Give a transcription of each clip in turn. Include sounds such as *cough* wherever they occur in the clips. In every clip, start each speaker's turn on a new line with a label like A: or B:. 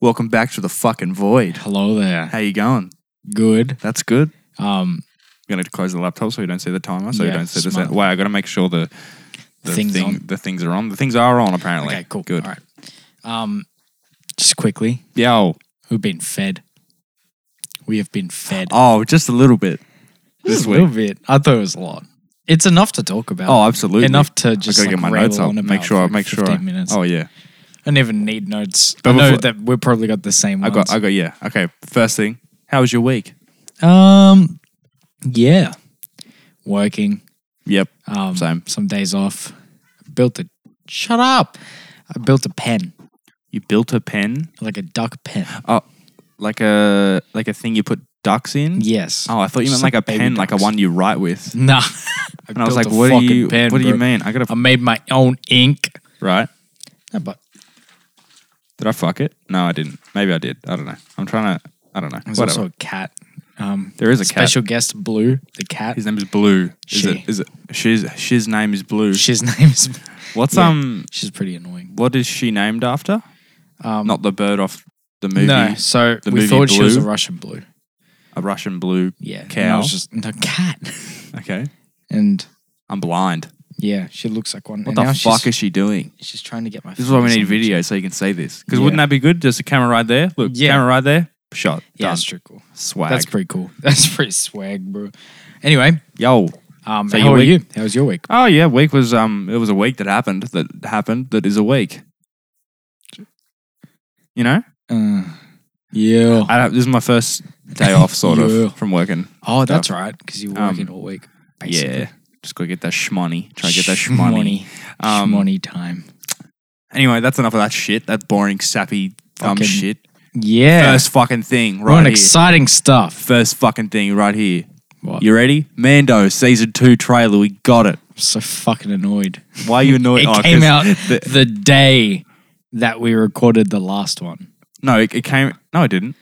A: Welcome back to the fucking void.
B: Hello there.
A: How you going?
B: Good.
A: That's good.
B: Um,
A: I'm gonna close the laptop so you don't see the timer, so you
B: Yeah,
A: don't see the
B: smart.
A: sound. Wait, I gotta make sure the, the
B: Things
A: thing,
B: on.
A: the things are on. The things are on apparently.
B: okay, cool.
A: Good.
B: All right. Um, just quickly,
A: Yo.
B: we've been fed. We have been fed
A: Oh, just a little bit.
B: just
A: This
B: a little
A: week.
B: bit. I thought it was a lot. It's enough to talk about.
A: Oh, absolutely.
B: enough to
A: I
B: just
A: gotta
B: like,
A: get my
B: rail
A: notes up.
B: on about
A: Make sure.
B: for
A: I Make sure.
B: 15
A: I,
B: minutes.
A: Oh yeah.
B: I never need notes.
A: But
B: I know
A: before-
B: that we've probably got the same.
A: I
B: Ones.
A: got. I got. Yeah. Okay. First thing. How was your week?
B: Um, yeah, working.
A: Yep.
B: Um,
A: Same.
B: Some days off. Built a. Shut up. I built a pen,
A: You built a pen,
B: like a duck pen.
A: Oh, like a like a thing you put ducks in.
B: Yes.
A: Oh, I thought you meant
B: Just
A: like a
B: like baby
A: pen, like a
B: ducks.
A: one you write with.
B: *laughs* Nah. I
A: And I was
B: built
A: like,
B: a
A: "What do
B: fucking
A: you?
B: pen,
A: what do you
B: bro.
A: mean? I gotta
B: I made my own ink.
A: right?
B: No, but
A: Did I fuck it? No, I didn't. Maybe I did. I don't know. I'm trying to. I don't know.
B: there's
A: Whatever.
B: also a cat. Um,
A: there is a cat.
B: special guest Blue, the cat.
A: His name is Blue. Is
B: She.
A: it? Is it? She's. She's name is Blue.
B: *laughs* She's name is.
A: What's
B: yeah.
A: um?
B: She's pretty annoying.
A: What is she named after?
B: Um,
A: Not the bird off the movie.
B: no. So
A: the
B: we
A: movie
B: thought she was a
A: Blue?
B: Russian Blue.
A: A Russian blue.
B: Yeah. and I
A: Cow?
B: was just no cat. *laughs*
A: Okay.
B: and
A: I'm blind.
B: yeah, she looks like one.
A: What
B: and
A: the
B: now
A: fuck
B: she's,
A: is she doing?
B: she's trying to get my.
A: This is why we
B: fingers
A: need
B: on the-
A: video so you can see this. Because
B: Yeah.
A: wouldn't that be good? Just a camera right there. Look,
B: Yeah.
A: camera right there. Shot.
B: Yeah,
A: Done.
B: that's true. Cool.
A: Swag.
B: That's pretty cool. *laughs* That's pretty swag, bro. Anyway,
A: Yo.
B: um,
A: So
B: how
A: your
B: are
A: week-
B: you? How was your week?
A: Oh yeah, week was um it was a week that happened that happened that is a week. You know?
B: Uh, yeah.
A: I don't, this is my first
B: *laughs*
A: day off sort
B: Yeah.
A: of from working.
B: Oh, that's right, because you're
A: Um,
B: working all week.
A: Yeah. Just go get that shmoney. Try to get that shmoney. Um,
B: shmoney time.
A: Anyway, that's enough of that shit. That boring sappy dumb
B: Fucking
A: shit.
B: Yeah,
A: First fucking thing
B: we're on
A: right here.
B: exciting stuff.
A: First fucking thing right here.
B: What?
A: You ready? Mando season 2 trailer. We got it.
B: I'm so fucking annoyed.
A: Why are you annoyed?
B: *laughs* It
A: Oh, *laughs* 'cause
B: came out the,
A: the-
B: day that we recorded the last one.
A: no, it, it came No, it
B: *laughs*
A: didn't.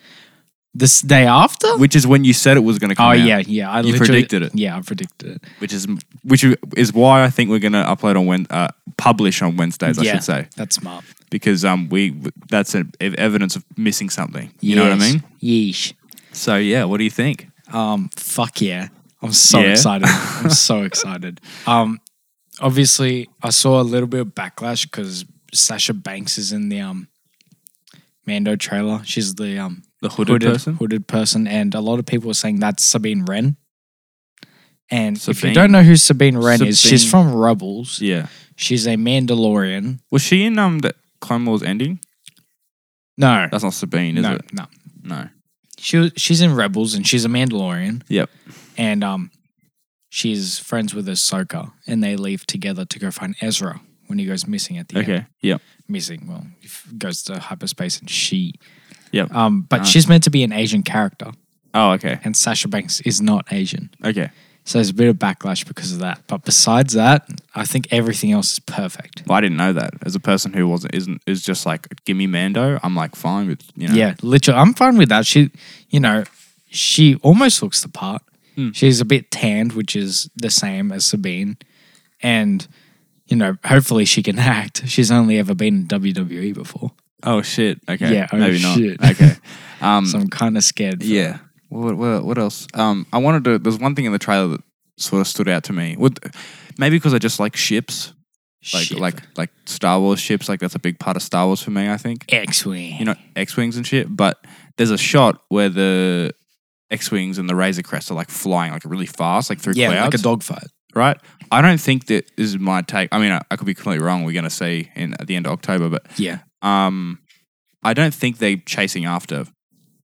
B: This day after?
A: Which is when you said it was going to come
B: oh
A: out.
B: yeah, yeah. I
A: You
B: literally-
A: predicted it.
B: Yeah, I predicted it.
A: which is which is why I think we're going to upload on Wed uh, publish on Wednesdays, I
B: yeah,
A: should say,
B: that's smart.
A: because um we that's an ev- evidence of missing something. You know what I
B: Yes.
A: mean?
B: Yeesh.
A: So yeah, what do you think?
B: Um, fuck yeah. I'm so
A: Yeah. *laughs*
B: excited. I'm so excited. Um, obviously, I saw a little bit of backlash because Sasha Banks is in the um, Mando trailer. She's the um,
A: The hooded, person.
B: hooded person, and a lot of people were saying that's Sabine Wren. And if you
A: Sabine-
B: don't know who Sabine Wren is, she's
A: Sabine-
B: from Rebels.
A: Yeah.
B: She's a Mandalorian.
A: Was she in um the Clone Wars ending?
B: No,
A: That's not Sabine, is
B: no,
A: it?
B: no.
A: No.
B: She was- she's in Rebels, and she's a Mandalorian.
A: Yep.
B: and um, she's friends with Ahsoka, and they leave together to go find Ezra when he goes missing at the end.
A: Okay. Yep.
B: Missing, well, he f- goes to hyperspace, and she.
A: Yep.
B: Um, but
A: Ah.
B: she's meant to be an Asian character,
A: Oh, okay.
B: and Sasha Banks is not Asian,
A: Okay.
B: so there's a bit of backlash because of that. But besides that, I think everything else is perfect.
A: Well, I didn't know that. As a person who wasn't isn't is just like give me Mando, I'm like fine with you know.
B: Yeah, literally, I'm fine with that. She, you know, she almost looks the part.
A: Hmm.
B: She's a bit tanned, which is the same as Sabine, and you know, hopefully she can *laughs* act. She's only ever been in WWE before,
A: Oh shit. Okay.
B: Yeah, oh,
A: Maybe not.
B: shit. *laughs*
A: Okay. Um.
B: so I'm kind of scared. for-
A: Yeah. What, what, what else? Um, I wanted to. There's one thing in the trailer that sort of stood out to me. Would, maybe because I just like ships, like
B: Shit.
A: like like Star Wars ships. Like that's a big part of Star Wars for me. I think
B: X-wing.
A: you know X wings and shit. But there's a shot where the X wings and the Razor Crest are like flying like really fast, like through
B: yeah,
A: clouds,
B: like a dogfight.
A: right? I don't think that this is my take. I mean, I, I could be completely wrong. We're gonna see in at the end of October, but
B: Yeah.
A: um, I don't think they're chasing after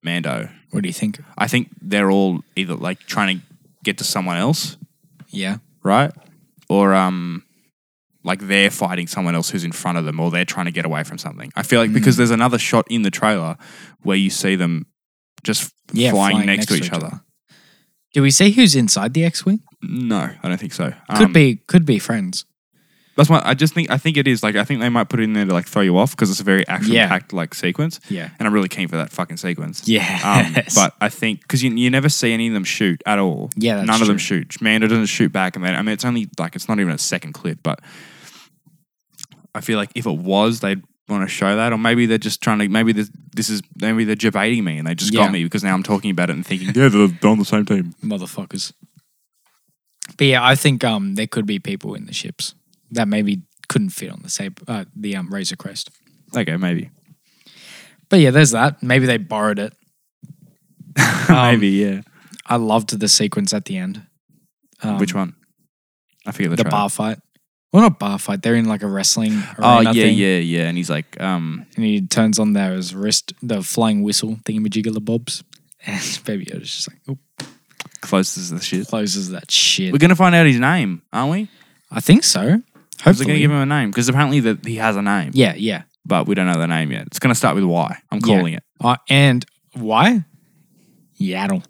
A: Mando.
B: What do you think?
A: I think they're all either like trying to get to someone else,
B: Yeah.
A: right? Or um like they're fighting someone else who's in front of them or they're trying to get away from something. I feel like because there's another shot in the trailer where you see them just
B: Yeah.
A: flying, next, to each, other.
B: Do we see who's inside the X-wing?
A: No, I don't think so.
B: Could
A: Um,
B: be. Could be friends.
A: That's why I just think I think it is like I think they might put it in there to like throw you off because it's a very action packed like sequence
B: Yeah.
A: and I'm really keen for that fucking sequence. *laughs* Um,
B: Yeah.
A: but I think because you, you never see any of them shoot at all.
B: Yeah, that's
A: none of them
B: true.
A: shoot. Mando doesn't shoot back, and then I mean it's only like it's not even a second clip, but I feel like if it was, they'd want to show that, or maybe they're just trying to. Maybe this, this is maybe they're debating me, and they just
B: Yeah.
A: got me because now I'm talking about it and thinking, yeah, they're, they're on the same team.
B: motherfuckers. But yeah, I think um there could be people in the ships that maybe couldn't fit on the same uh, the um Razor Crest.
A: Okay, maybe, *laughs*
B: But yeah, there's that. Maybe they borrowed it. Um,
A: maybe, yeah.
B: I loved the sequence at the end. Um,
A: Which one? I forget the,
B: The
A: trailer.
B: bar fight. Well, not bar fight. They're in like a wrestling.
A: Oh
B: arena
A: yeah,
B: thing,
A: yeah, yeah. And he's like, um,
B: And he turns on there his wrist, the flying whistle thingamajigger bobs, and *laughs* Baby Yoda's just like, oop,
A: closes the shit.
B: closes that shit.
A: We're gonna find out his name, aren't we?
B: I think so.
A: Is it
B: Hopefully,
A: gonna give him a name? Because apparently that he has a name,
B: yeah, yeah.
A: but we don't know the name yet. It's gonna start with Y. I'm
B: Yeah.
A: calling it.
B: Uh, and why? Yaddle.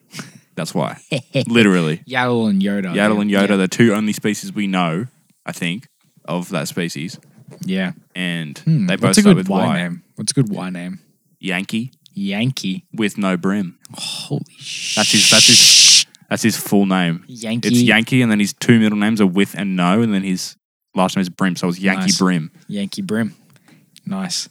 A: That's
B: *laughs*
A: why. Literally.
B: Yaddle and Yoda.
A: Yaddle and Yoda,
B: Yeah.
A: the two only species we know, I think, of that species.
B: Yeah.
A: And
B: Hmm,
A: they both
B: What's a
A: start
B: good
A: with
B: Y,
A: Y.
B: name? What's a good Y name?
A: Yankee
B: Yankee.
A: with no brim.
B: Holy shit.
A: That's his that's his that's his full name.
B: Yankee.
A: It's Yankee and then his two middle names are with and no, and then his last name is Brim. So it's Yankee
B: Nice.
A: Brim.
B: Yankee Brim. Nice.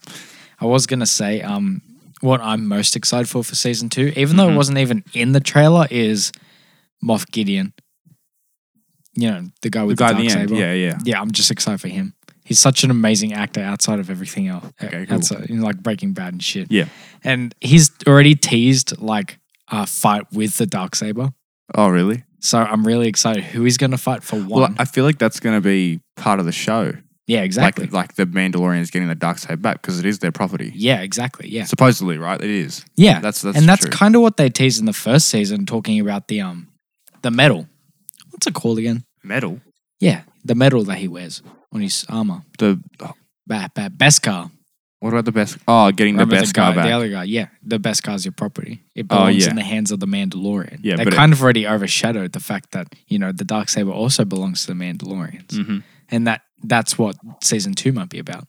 B: I was gonna say, um, what I'm most excited for for season two, even though it
A: Mhm.
B: wasn't even in the trailer, is Moff Gideon. You know, the guy
A: The
B: with the,
A: guy at
B: dark
A: the end.
B: saber.
A: Yeah, yeah.
B: Yeah, I'm just excited for him. He's such an amazing actor outside of everything else.
A: Okay, cool.
B: Outside, you know, like Breaking Bad and shit.
A: Yeah.
B: And he's already teased like a fight with the dark saber.
A: Oh really?
B: So I'm really excited who he's going to fight for one.
A: Well, I feel like that's gonna be part of the show.
B: yeah, exactly.
A: Like like the Mandalorians getting the dark side back because it is their property.
B: yeah, exactly. Yeah.
A: Supposedly, right? It is.
B: Yeah.
A: That's that's
B: and that's
A: true.
B: kind of what they teased in the first season talking about the um the medal. What's it called again?
A: metal.
B: Yeah, the medal that he wears on his armor.
A: The
B: Ba- ba- best car.
A: what about the best? Oh, getting the
B: Remember
A: best guy
B: guy,
A: back.
B: The other guy, yeah. The best car's your property. It
A: Oh,
B: belongs
A: yeah.
B: in the hands of the Mandalorian.
A: Yeah,
B: they
A: but it-
B: kind of already overshadowed the fact that, you know, the dark saber also belongs to the Mandalorians.
A: Mhm.
B: And that that's what season two might be about.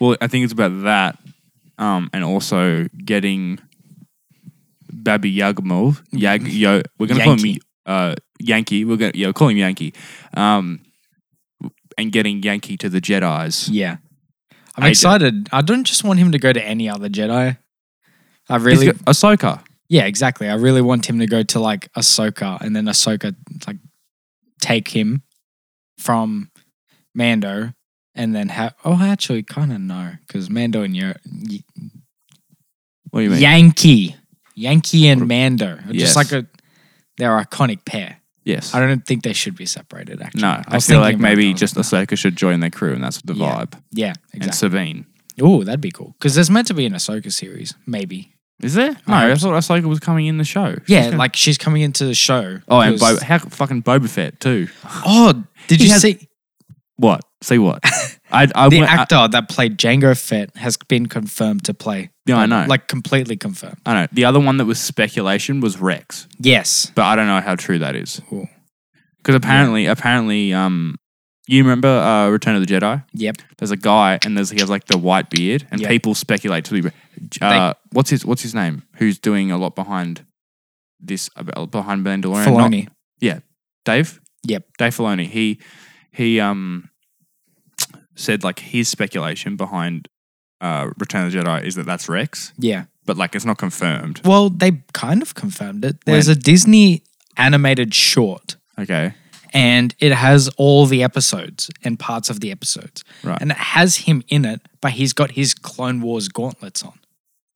A: Well, I think it's about that, um, and also getting Babi Yagmov. Yag, yo, we're gonna
B: Yankee.
A: call him uh, Yankee. We're gonna yeah, call him Yankee, um, and getting Yankee to the Jedi's.
B: Yeah. I'm
A: I do.
B: excited. I don't just want him to go to any other Jedi. I really
A: He's got Ahsoka.
B: Yeah, exactly. I really want him to go to like Ahsoka and then Ahsoka like take him from Mando and then have oh I actually kinda know because Mando and Yo- Y-
A: What do you mean?
B: Yankee. Yankee and Mando. are
A: Yes.
B: Just like a they're iconic pair.
A: yes.
B: I don't think they should be separated actually.
A: no, I,
B: was
A: feel
B: thinking
A: like
B: about it, I
A: maybe
B: was
A: just
B: like,
A: Ahsoka should join their crew, and that's the
B: Yeah,
A: vibe.
B: Yeah,
A: And
B: exactly.
A: Sabine.
B: Oh, that'd be cool. Because there's meant to be an Ahsoka series, maybe.
A: Is there? No,
B: I
A: I,
B: hope
A: thought Ahsoka was coming in the show.
B: Yeah,
A: *laughs*
B: like she's coming into the show.
A: oh, and
B: 'cause-
A: Bo- how fucking Boba Fett too.
B: Oh, did
A: He
B: you
A: has-
B: see
A: What? See
B: *laughs*
A: what? I I,
B: the
A: went- I-
B: actor that played Django Fett has been confirmed to play.
A: Yeah, I know.
B: Like completely confirmed.
A: I know. The other one that was speculation was Rex,
B: Yes.
A: but I don't know how true that is.
B: Cool.
A: Because apparently, apparently, um, you remember uh, Return of the Jedi?
B: Yep.
A: There's a guy, and there's he has like the white beard, and
B: Yeah.
A: people speculate to be. Uh, what's his What's his name? Who's doing a lot behind this behind Mandalorian? Not-
B: Filoni.
A: Dave.
B: Yep.
A: Dave Filoni. He he um said like his speculation behind uh Return of the Jedi is that that's Rex,
B: Yeah.
A: but like it's not confirmed.
B: Well, they kind of confirmed it. There's
A: When?
B: a Disney animated short
A: Okay.
B: and it has all the episodes and parts of the episodes.
A: Right.
B: And it has him in it, but he's got his Clone Wars gauntlets on.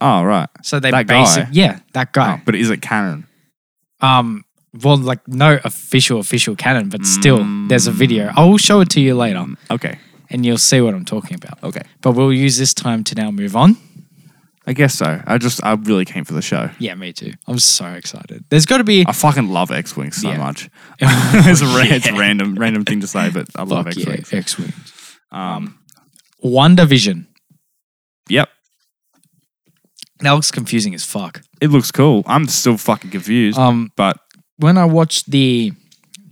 A: Oh right.
B: So they
A: That
B: basic
A: guy?
B: Yeah, that
A: Oh,
B: guy.
A: but is it canon?
B: Um well, like no official official canon, but still, there's a video.
A: Mm.
B: I will show it to you later,
A: Okay.
B: and you'll see what I'm talking about.
A: Okay.
B: But we'll use this time to now move on.
A: I guess so. I just I really came for the show.
B: Yeah, me too. I'm so excited. There's got to be
A: I fucking love X Wing so
B: Yeah. *laughs*
A: much. *laughs* it's, a, ra- it's a random random thing to say, but I love X
B: Fuck yeah,
A: Wing.
B: X-Wing.
A: Um,
B: Wonder Vision.
A: yep.
B: That looks confusing as fuck.
A: It looks cool. I'm still fucking confused.
B: Um,
A: but
B: when I watched the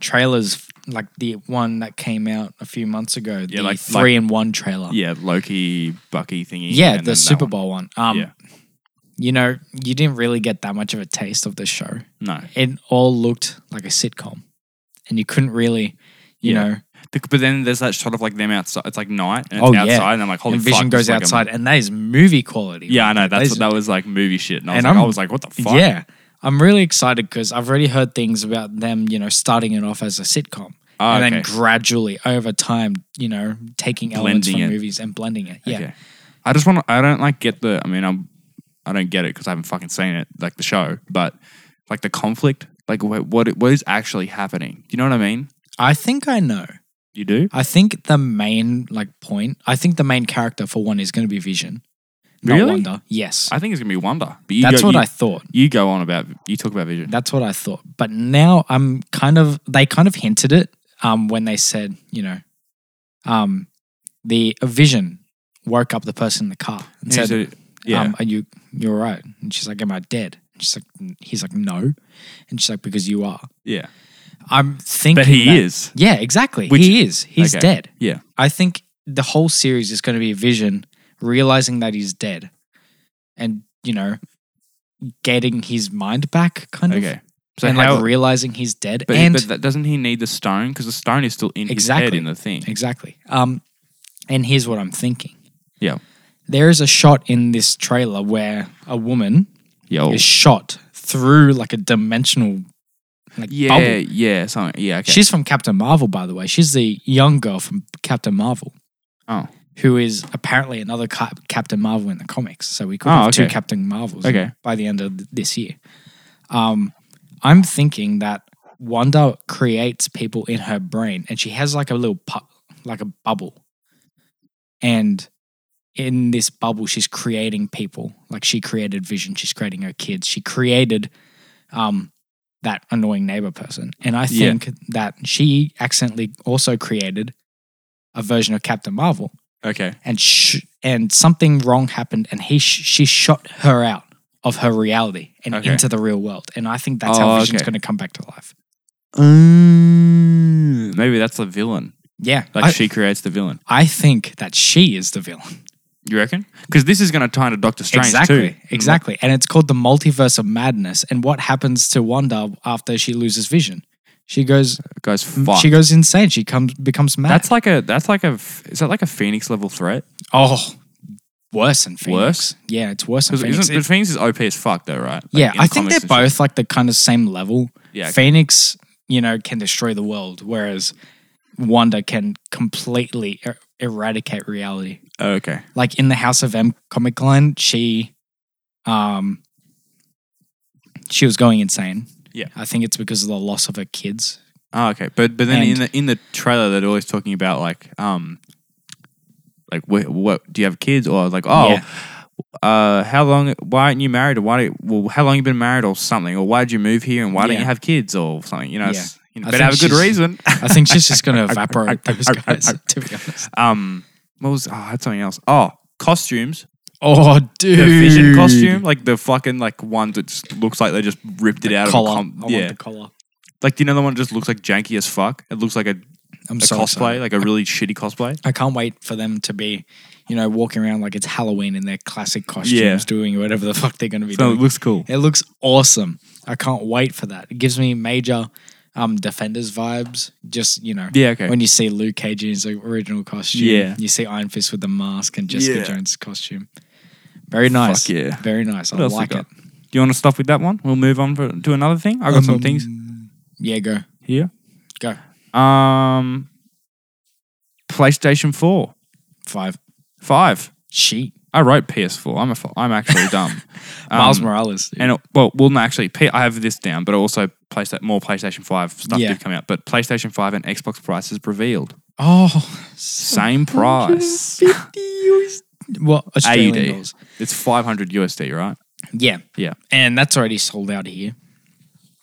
B: trailers, like the one that came out a few months ago, the
A: like-
B: three in one trailer.
A: yeah, Loki, Bucky thingy.
B: Yeah,
A: and then
B: the
A: that
B: Super
A: one.
B: Bowl one. Um,
A: Yeah.
B: you know, you didn't really get that much of a taste of the show.
A: No.
B: It all looked like a sitcom, and you couldn't really, you
A: Yeah.
B: know,
A: The- But then there's that shot of like them outside. It's like night and it's
B: Oh, yeah.
A: outside, and I'm like, holy
B: and
A: fuck,
B: vision
A: this
B: goes
A: is like a-
B: outside, and that is movie quality.
A: yeah, I know. That's
B: Those-
A: that was like movie shit, and I was
B: And
A: like, i
B: I'm-
A: was like, what the fuck?
B: Yeah. I'm really excited because I've already heard things about them, you know, starting it off as a sitcom
A: Ah,
B: and
A: okay.
B: then gradually over time, you know, taking elements
A: Blending
B: from
A: it.
B: movies and blending it. Yeah.
A: Okay. I just want to, I don't like get the, I mean, I'm, I don't get it because I haven't fucking seen it, like the show, but like the conflict, like what, what, what is actually happening? Do you know what I mean?
B: I think I know.
A: You do?
B: I think the main like point, I think the main character for one is going to be Vision. not
A: Really?
B: Wonder. Yes.
A: I think it's going to be Wonder. But you
B: That's
A: go,
B: what
A: you,
B: I thought.
A: you go on about, you talk about Vision.
B: That's what I thought. But now I'm kind of they kind of hinted it um, when they said, you know, um, the vision woke up the person in the car and
A: He's
B: said,
A: a- yeah.
B: um, are you you're right? And she's like, Am I dead? And she's like "N- he's like, No. And she's like, Because you are.
A: yeah.
B: I'm thinking
A: But he
B: that-
A: is.
B: Yeah, exactly.
A: Which-
B: he is. He's
A: Okay.
B: dead.
A: Yeah.
B: I think the whole series is going to be Vision realizing that he's dead, and you know, getting his mind back, kind of,
A: Okay. So
B: and
A: how,
B: like realizing he's dead.
A: but,
B: and
A: but that, doesn't he need the stone? Because the stone is still in his head
B: Exactly.
A: in the thing.
B: exactly. Um, and here's what I'm thinking.
A: Yeah.
B: There is a shot in this trailer where a woman
A: Yo.
B: is shot through like a dimensional, like
A: Yeah.
B: bubble.
A: Yeah. Something. Yeah. Okay.
B: She's from Captain Marvel, by the way. She's the young girl from Captain Marvel.
A: oh.
B: who is apparently another Cap- Captain Marvel in the comics. So we could
A: Oh,
B: have two
A: okay.
B: Captain Marvels
A: Okay.
B: by the end of th- this year. Um, I'm thinking that Wanda creates people in her brain, and she has like a little pu- like a bubble, and in this bubble, she's creating people. Like she created Vision, she's creating her kids, she created um, that annoying neighbor person, and I
A: Yeah.
B: think that she accidentally also created a version of Captain Marvel
A: Okay.
B: and sh- and something wrong happened, and he sh- she shot her out of her reality and
A: Okay.
B: into the real world. And I think that's how
A: Oh,
B: Vision's
A: okay.
B: going to come back to life.
A: Um, maybe that's the villain.
B: Yeah,
A: Like
B: I,
A: she creates the villain.
B: I think that she is the villain.
A: You reckon? Because this is going to tie into Doctor Strange
B: exactly,
A: too. Mm-hmm.
B: exactly. And it's called the multiverse of madness. And what happens to Wanda after she loses Vision? She goes,
A: Guys, fuck.
B: she goes insane. She comes becomes mad.
A: that's like a that's like a f- is that like a Phoenix level threat?
B: oh, worse than Phoenix.
A: Worse?
B: Yeah, it's worse than
A: Because
B: Phoenix.
A: Phoenix,
B: It-
A: Phoenix is OP as fuck though, right? Like,
B: yeah,
A: in
B: I think
A: comics
B: they're
A: and shit.
B: both like the kind of same level.
A: Yeah, okay.
B: Phoenix, you know, can destroy the world, whereas Wanda can completely er- eradicate reality.
A: Oh, okay.
B: Like in the House of M comic line, she, um, she was going insane.
A: Yeah.
B: I think it's because of the loss of her kids.
A: Oh, okay. But but then
B: And-
A: in the in the trailer they're always talking about like um like wh- what do you have kids or like oh
B: Yeah.
A: uh how long why aren't you married or why well how long you been married or something or why did you move here and why don't
B: Yeah.
A: you have kids or something you know,
B: Yeah.
A: it's, you know
B: I
A: better
B: think
A: have a good
B: she's-
A: reason.
B: *laughs* I think she's
A: *laughs*
B: just going to evaporate those guys, to be honest.
A: Um, what was oh, I had something else? Oh, costumes.
B: Oh, dude.
A: The vision costume, like the fucking like one that just looks like they just ripped it out
B: collar.
A: of a com-
B: I
A: yeah.
B: want the collar.
A: like do you know the one that just looks like janky as fuck? It looks like a,
B: I'm
A: a
B: so
A: cosplay,
B: excited.
A: like a really shitty cosplay.
B: I can't wait for them to be, you know, walking around like it's Halloween in their classic costumes,
A: Yeah.
B: doing whatever the fuck they're going to be
A: So it
B: doing.
A: looks cool.
B: It looks awesome. I can't wait for that. It gives me major um, Defenders vibes. Just you know,
A: Yeah, okay.
B: when you see Luke Cage in his original costume,
A: Yeah.
B: you see Iron Fist with the mask and Jessica
A: Yeah.
B: Jones' costume. Very nice.
A: yeah.
B: Very nice. I
A: else we
B: like
A: got?
B: it.
A: do you want to stop with that one? We'll move on for, to another thing. I got some things
B: Um, Yeah, go
A: here.
B: go
A: Um, PlayStation Four,
B: five.
A: five.
B: She
A: I wrote PS4. I'm a, fu- I'm actually dumb. Um,
B: *laughs* Miles Morales. dude.
A: And it, well, well, no, actually, P- I have this down, but also PlayStation more PlayStation Five stuff
B: Yeah.
A: did come out. But PlayStation Five and Xbox prices revealed,
B: oh, *laughs*
A: same price.
B: 50 US well, Australian
A: AUD.
B: dollars.
A: It's five hundred USD, right?
B: Yeah.
A: Yeah.
B: And that's already sold out here.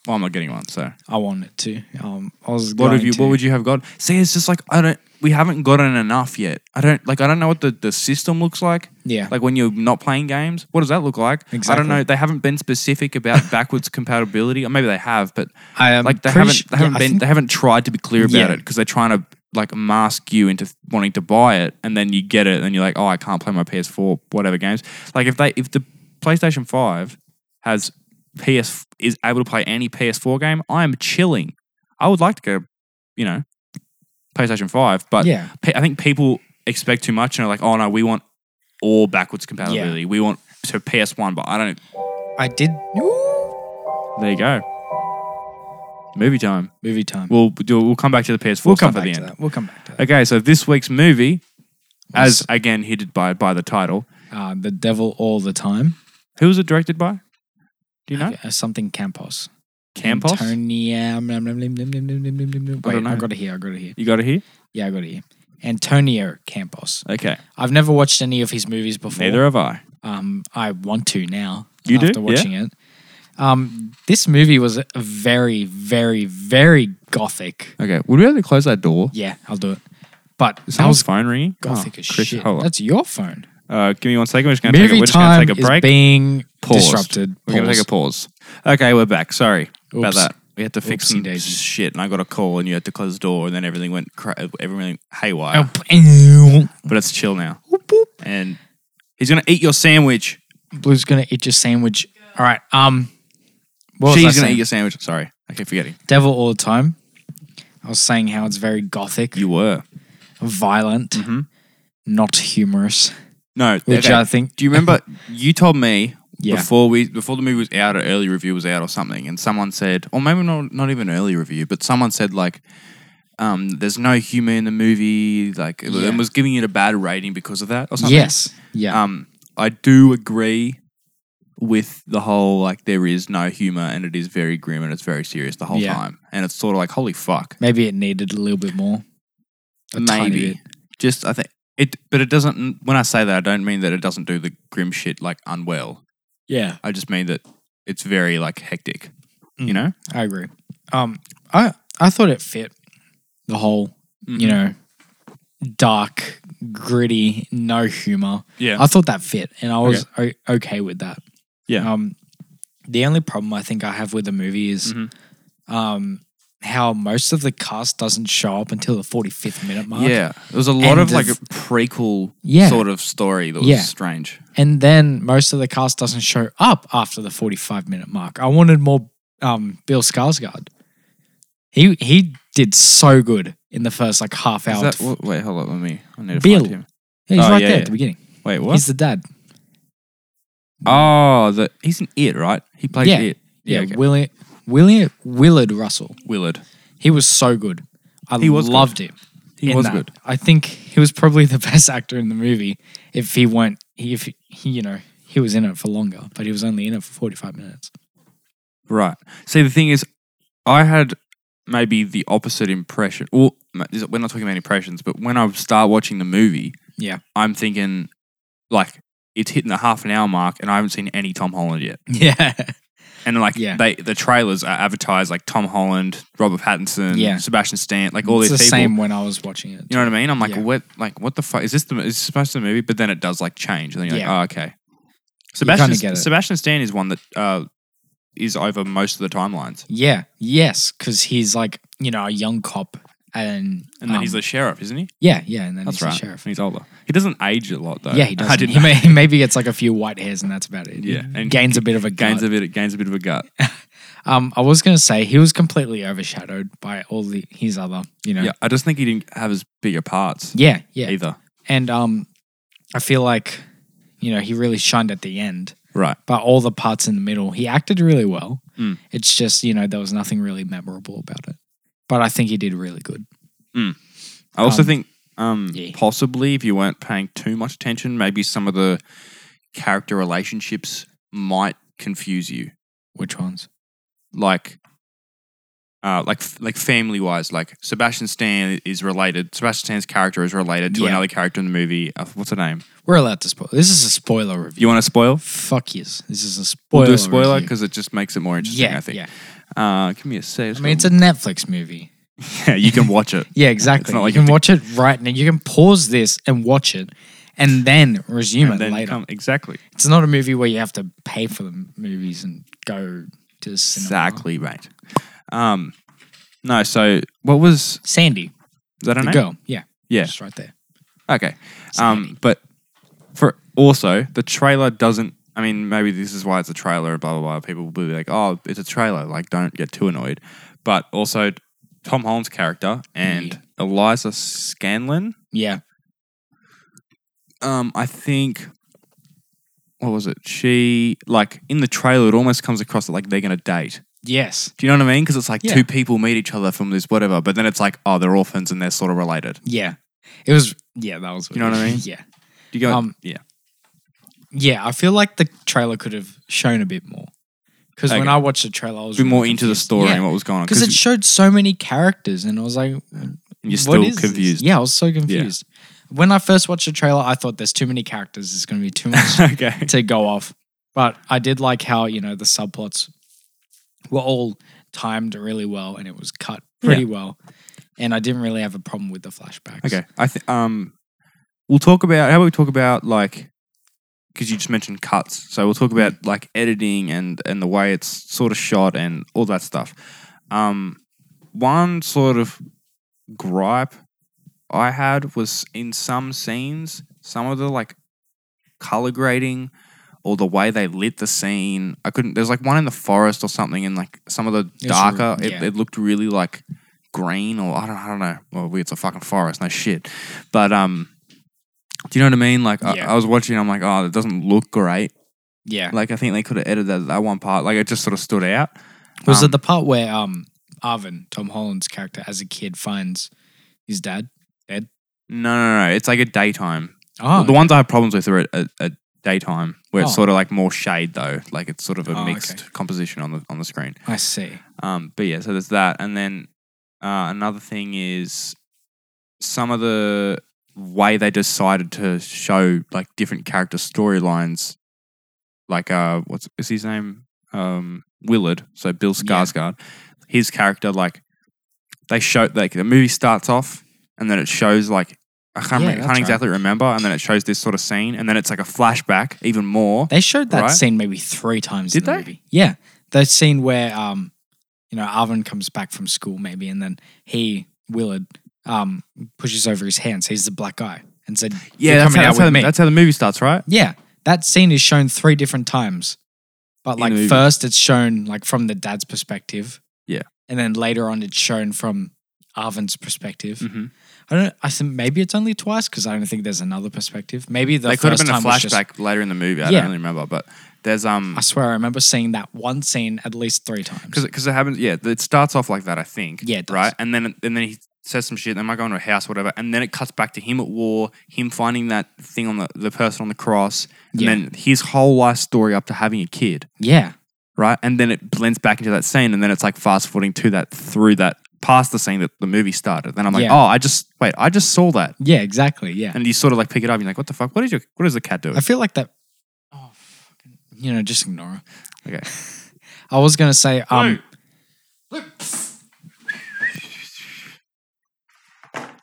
A: Well, I'm not getting one. So,
B: I want it to. Um, I was
A: what
B: going
A: have you?
B: To,
A: What would you have got? See, it's just like I don't. We haven't gotten enough yet. I don't like. I don't know what the, the system looks like.
B: Yeah.
A: Like when you're not playing games, what does that look like? I
B: Exactly.
A: don't know. They haven't been specific about *laughs* backwards compatibility, or maybe they have, but
B: I am
A: like they
B: pretty
A: haven't
B: su-
A: they haven't
B: yeah, I
A: been
B: think-
A: they haven't tried to be clear about
B: Yeah.
A: it because they're trying to like mask you into th- wanting to buy it and then you get it and you're like oh I can't play my PS4 whatever games like if they if the PlayStation 5 has PS is able to play any PS4 game I am chilling I would like to go you know PlayStation Five, but
B: yeah,
A: pe- I think people expect too much and are like, oh no, we want all backwards compatibility. We want so PS One, but I don't.
B: I did.
A: There you go. Movie time.
B: Movie time. We'll,
A: We'll do. We'll come back to the PS4
B: come
A: stuff at
B: back
A: the
B: to
A: end.
B: that. We'll come back to that.
A: Okay, so this week's movie, as
B: Was,
A: again hinted by by the title,
B: uh, the devil all the time.
A: who was it directed by? Do you know?
B: Uh, something Campos.
A: Campos.
B: Antonia. mm, blim, blim, blim, blim, blim, blim, blim, blim, blim.
A: I don't
B: mm, Wait, I
A: know.
B: got it here. I got it here.
A: You got it here.
B: Yeah, I got it here. Antonio Campos.
A: Okay.
B: I've never watched any of his movies before.
A: Neither have I.
B: Um, I want to now.
A: You do?
B: after watching it. Um, this movie was a very, very, very gothic.
A: Okay. Would we have to close that door?
B: Yeah, I'll do it. But
A: Is
B: that
A: someone's
B: was
A: phone ringing?
B: gothic
A: Oh,
B: as
A: Chris,
B: shit.
A: Hold on.
B: That's your phone.
A: Uh, give me one second. We're just going to take a,
B: Movie
A: we're just gonna
B: time
A: take a break.
B: is being
A: Paused.
B: disrupted.
A: We're going to take a pause. Okay, we're back. Sorry about
B: Oops.
A: that. We had to fix some
B: Oopsie daisy.
A: shit, and I got a call, and you had to close the door, and then everything went cra- everything haywire.
B: Oh, a
A: But it's chill now, and he's going to eat your sandwich.
B: Blue's gonna eat your sandwich. All right. Um, what was I
A: She's going to
B: saying?
A: eat your sandwich. Sorry, I keep forgetting.
B: Devil all the time. I was saying how it's very gothic,
A: You were.
B: violent,
A: Mhm.
B: not humorous,
A: No.
B: which
A: okay.
B: I think.
A: Do you
B: *laughs*
A: remember you told me
B: Yeah.
A: before we before the movie was out or early review was out or something, and someone said, or maybe not not even early review, but someone said like, um, "There's no humor in the movie," like, it
B: Yeah.
A: and was giving it a bad rating because of that or something.
B: Yes. Yeah.
A: Um, I do agree with the whole like there is no humor and it is very grim and it's very serious the whole
B: Yeah.
A: time, and it's sort of like holy fuck,
B: Maybe it needed a little bit more. A tiny bit.
A: maybe just I think. It, but it doesn't. When I say that, I don't mean that it doesn't do the grim shit like unwell.
B: Yeah.
A: I just mean that it's very like hectic, you
B: Mm.
A: know.
B: I agree. Um, I I thought it fit the whole,
A: Mm. Mm-hmm.
B: you know, dark, gritty, no humor.
A: Yeah.
B: I thought that fit, and I was o- okay with that.
A: Yeah.
B: Um, the only problem I think I have with the movie is,
A: Mhm.
B: um, how most of the cast doesn't show up until the forty fifth minute mark.
A: yeah. There was a lot
B: And
A: of like a
B: there's-
A: prequel
B: Yeah.
A: sort of story that was
B: Yeah.
A: strange.
B: and then most of the cast doesn't show up after the 45 minute mark. I wanted more um, Bill Skarsgård. He he did so good in the first like half
A: Is
B: hour.
A: that,
B: to-
A: wha- wait, hold up, let me. I need to
B: Bill.
A: find him.
B: Yeah, he's
A: oh,
B: right
A: yeah,
B: there
A: yeah.
B: at the beginning.
A: Wait, what?
B: He's the dad.
A: oh, the, he's an it, right? He plays
B: Yeah.
A: it.
B: Yeah,
A: okay.
B: William William Willard Russell.
A: Willard.
B: He was so good. I
A: He was good.
B: loved him.
A: He
B: in
A: was
B: that.
A: good.
B: I think he was probably the *laughs* best actor in the movie. If he weren't, if he, you know, he was in it for longer, but he was only in it for
A: *laughs*
B: 45 minutes.
A: Right. See, the thing is, I had maybe the opposite impression. Well, m- is it- we're not talking about impressions, but when I start watching the movie,
B: Yeah.
A: I'm thinking like it's hitting the half an hour mark, and I haven't seen any Tom Holland yet.
B: Yeah.
A: And like
B: Yeah.
A: they, the trailers are advertised like Tom Holland, Robert Pattinson,
B: Yeah.
A: Sebastian Stan, like all
B: it's
A: these
B: the
A: people.
B: same when I was watching it.
A: You know what I mean? I'm like,
B: Yeah.
A: what? Like, what the fuck is this? The, is this supposed to be the movie? But then it does like change, and then you're
B: Yeah.
A: like, oh okay. Sebastian
B: get it.
A: Sebastian Stan is one that uh, is over most of the timelines,
B: Yeah. Yes, because he's like you know a young cop, and
A: and then
B: um,
A: he's the sheriff, isn't he?
B: yeah, yeah, and then
A: That's
B: he's
A: right.
B: the sheriff.
A: And he's older. He doesn't age a lot though.
B: Yeah, he
A: I
B: does.
A: didn't
B: He, may, *laughs* he maybe gets like a few white hairs, and that's about it.
A: Yeah, and
B: and gains a bit of
A: *laughs*
B: a
A: gains
B: gains.
A: a bit. Gains a bit of a gut.
B: um, I was gonna say he was completely overshadowed by all the his other, you know.
A: yeah, I just think he didn't have as big a parts
B: Yeah, yeah,
A: either.
B: and um, I feel like you know he really shined at the end,
A: Right.
B: but all the parts in the middle he acted really well.
A: Mm.
B: It's just you know there was nothing really memorable about it, but I think he did really good.
A: I also
B: Um,
A: think um,
B: yeah.
A: possibly if you weren't paying too much attention, maybe some of the character relationships might confuse you,
B: Which ones?
A: like. Uh, like like family wise, like Sebastian Stan is related. Sebastian Stan's character is related to
B: Yeah.
A: another character in the movie. Uh, what's her name?
B: We're allowed to spoil. This is a spoiler review.
A: You want to spoil?
B: Fuck yes. This is a
A: We'll
B: spoiler.
A: do a spoiler
B: review.
A: because it just makes it more interesting.
B: yeah,
A: I think.
B: yeah.
A: Uh, give me a sec.
B: I mean, it's a Netflix movie.
A: *laughs* yeah, you can watch
B: *laughs*
A: it.
B: Yeah, exactly.
A: not like
B: you
A: you
B: can watch it right now. You can pause this and watch it, and then resume
A: And
B: it
A: then
B: later.
A: come- exactly,
B: It's not a movie where you have to pay for the movies and go to the cinema.
A: exactly, mate. Um, no. So what was
B: Sandy,
A: is that? Her name?
B: the girl. Yeah,
A: Yeah.
B: just right there.
A: Okay. Um, but for also the trailer doesn't. I mean, maybe this is why it's a trailer. Blah blah blah. People will be like, "Oh, it's a trailer." Like, don't get too annoyed. But also, Tom Holland's character and Eliza Scanlon.
B: Yeah.
A: Um, I think what was it? She like in the trailer, it almost comes across that like they're gonna date.
B: Yes.
A: Do you know what I mean? Because it's like
B: Yeah.
A: two people meet each other from this whatever, but then it's like oh, they're orphans and they're sort of related.
B: Yeah. It was. Yeah, that was.
A: You know what I
B: weird.
A: mean?
B: *laughs* yeah.
A: Do you go?
B: Um,
A: yeah,
B: Yeah. I feel like the trailer could have shown a bit more because when
A: Okay.
B: I watched the trailer, I was
A: be more
B: really
A: into the
B: confused.
A: story
B: Yeah.
A: and what was going on
B: because it showed so many characters, and I was like,
A: you're
B: "What
A: still
B: is this?"
A: confused.
B: Yeah, I was so confused. When I first watched the trailer, I thought there's too many characters. It's going to be
A: *laughs*
B: too much
A: okay.
B: to go off. But I did like how you know the subplots were all timed really well, and it was cut pretty well. And I didn't really have a problem with the flashbacks.
A: Okay. I think um, we'll talk about how about we talk about like because you just mentioned cuts, so we'll talk about like editing and and the way it's sort of shot and all that stuff. Um, one sort of gripe I had was in some scenes, some of the like color grading or the way they lit the scene. I couldn't. There's like one in the forest or something, and like some of the
B: It's
A: darker,
B: r- yeah.
A: it, it looked really like green or I don't, I don't know. Well, it's a fucking forest, no shit. But um, do you know what I mean? Like
B: Yeah.
A: I, I was watching, I'm like, oh, it doesn't look great.
B: Yeah.
A: Like I think they could have edited that, that one part. Like it just sort of stood out.
B: Was
A: Um,
B: it the part where um Arvin, Tom Holland's character as a kid, finds his dad?
A: No, no, no. It's like a daytime.
B: Oh,
A: the ones I have problems with are at, at, at daytime, where
B: Oh.
A: it's sort of like more shade though. Like it's sort of a
B: Oh, okay.
A: mixed composition on the on the screen.
B: I see.
A: Um, but yeah, so there's that, and then uh, another thing is some of the way they decided to show like different character storylines, like uh, what's is his name? Um, Willard. So Bill
B: Yeah.
A: Skarsgård, his character like they show like the movie starts off, and then it shows like. I can't, remember,
B: Yeah,
A: I
B: that's
A: can't
B: right.
A: exactly remember, and then it shows this sort of scene, and then it's like a flashback, even more.
B: They showed that
A: Right?
B: scene maybe three times
A: Did
B: in the
A: they?
B: movie. Yeah. That scene where um, you know, Arvin comes back from school maybe and then he, Willard, um, pushes over his hand, sees the black guy and said,
A: yeah,
B: "You're
A: that's
B: coming
A: how,
B: out
A: that's, how,
B: with me."
A: that's how the movie starts, right?
B: Yeah. That scene is shown three different times. But
A: In
B: like
A: the movie.
B: first it's shown like from the dad's perspective.
A: Yeah.
B: And then later on it's shown from Arvin's perspective.
A: Mm-hmm.
B: I don't I think maybe it's only twice because I don't think there's another perspective. Maybe the
A: they could have
B: first
A: been a
B: time was just-
A: flashback later in the movie. I
B: Yeah.
A: don't really remember, but there's um
B: I swear I remember seeing that one scene at least three times.
A: because it happens. Yeah, it starts off like that. I think.
B: Yeah, it does.
A: right. And then and then he says some shit. They might go into a house, whatever. And then it cuts back to him at war. Him finding that thing on the the person on the cross, and
B: Yeah.
A: then his whole life story up to having a kid.
B: Yeah.
A: Right, and then it blends back into that scene, and then it's like fast forwarding to that through that past the scene that the movie started. Then I'm like,
B: Yeah.
A: oh, I just wait, I just saw that,
B: Yeah, exactly. Yeah.
A: and you sort of like pick it up. And you're like, what the fuck? What is your what is the cat doing?
B: I feel like that Oh fucking you know, just ignore her.
A: Okay.
B: I was gonna say um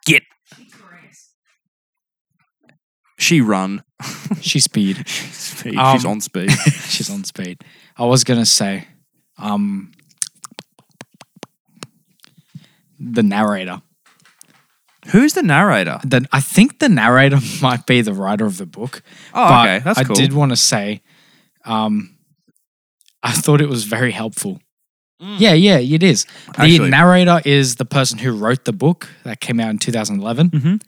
A: Get. She run. *laughs*
B: she's speed.
A: She's, speed.
B: Um,
A: She's on speed.
B: she's on speed. I was gonna say um the narrator.
A: *laughs* Who's the narrator?
B: Then I think the narrator *laughs* might be the writer of the book.
A: Oh,
B: but
A: okay. That's
B: I
A: cool.
B: did want to say, um, I thought it was very helpful.
A: Mm.
B: Yeah, yeah, it is. The
A: Actually-
B: narrator is the person who wrote the book that came out in 2011.
A: Mhm.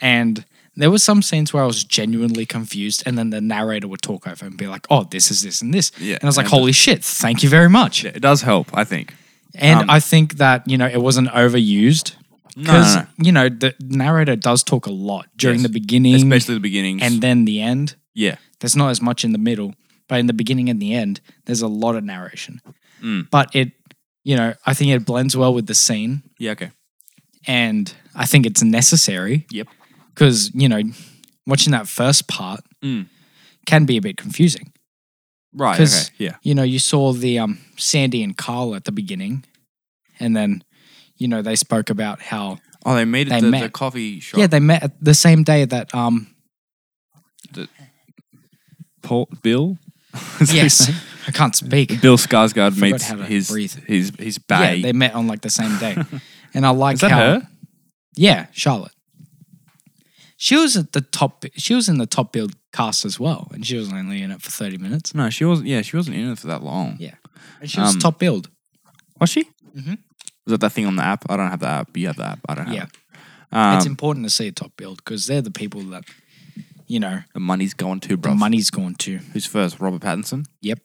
B: And there were some scenes where I was genuinely confused, and then the narrator would talk over and be like, oh, this is this and this.
A: Yeah,
B: and I was like,
A: and-
B: holy shit, thank you very much.
A: It does help, I think.
B: And
A: Um,
B: I think that, you know, it wasn't overused.
A: No,
B: Because,
A: no, no.
B: you know, the narrator does talk a lot during
A: Yes.
B: the beginning
A: especially the beginnings.
B: and then the end
A: yeah,
B: there's not as much in the middle, but in the beginning and the end, there's a lot of narration.
A: Mm.
B: But it, you know, I think it blends well with the scene,
A: yeah, okay,
B: and I think it's necessary.
A: Yep.
B: Because you know, watching that first part
A: Mm.
B: can be a bit confusing.
A: right,
B: 'Cause-
A: okay, yeah,
B: You know, you saw the um, Sandy and Carl at the beginning, and then, you know, they spoke about how
A: Oh, they meet
B: They
A: at the, the
B: met.
A: coffee shop.
B: yeah they met at the same day that um
A: Paul, Bill. *laughs* Is that his
B: yes
A: name?
B: *laughs* I can't speak
A: Bill Skarsgård meets
B: how to
A: his,
B: breathe.
A: his his
B: yeah
A: bae.
B: they met on like the same
A: *laughs*
B: day, and I like
A: Is that
B: how
A: her?
B: Yeah, Charlotte. She was at the top. She was in the top build cast as well, and she was only in it for thirty minutes.
A: No, she wasn't. Yeah, she wasn't in it for that long.
B: Yeah, and she was
A: Um,
B: top build.
A: Was she?
B: Mhm.
A: Was that that thing on the app? I don't have the app. You have the app. I don't have
B: Yeah.
A: it. Um,
B: it's important to see a top build because they're the people that, you know,
A: the money's going to,
B: the
A: bro.
B: money's gone to.
A: Who's first? Robert Pattinson.
B: Yep.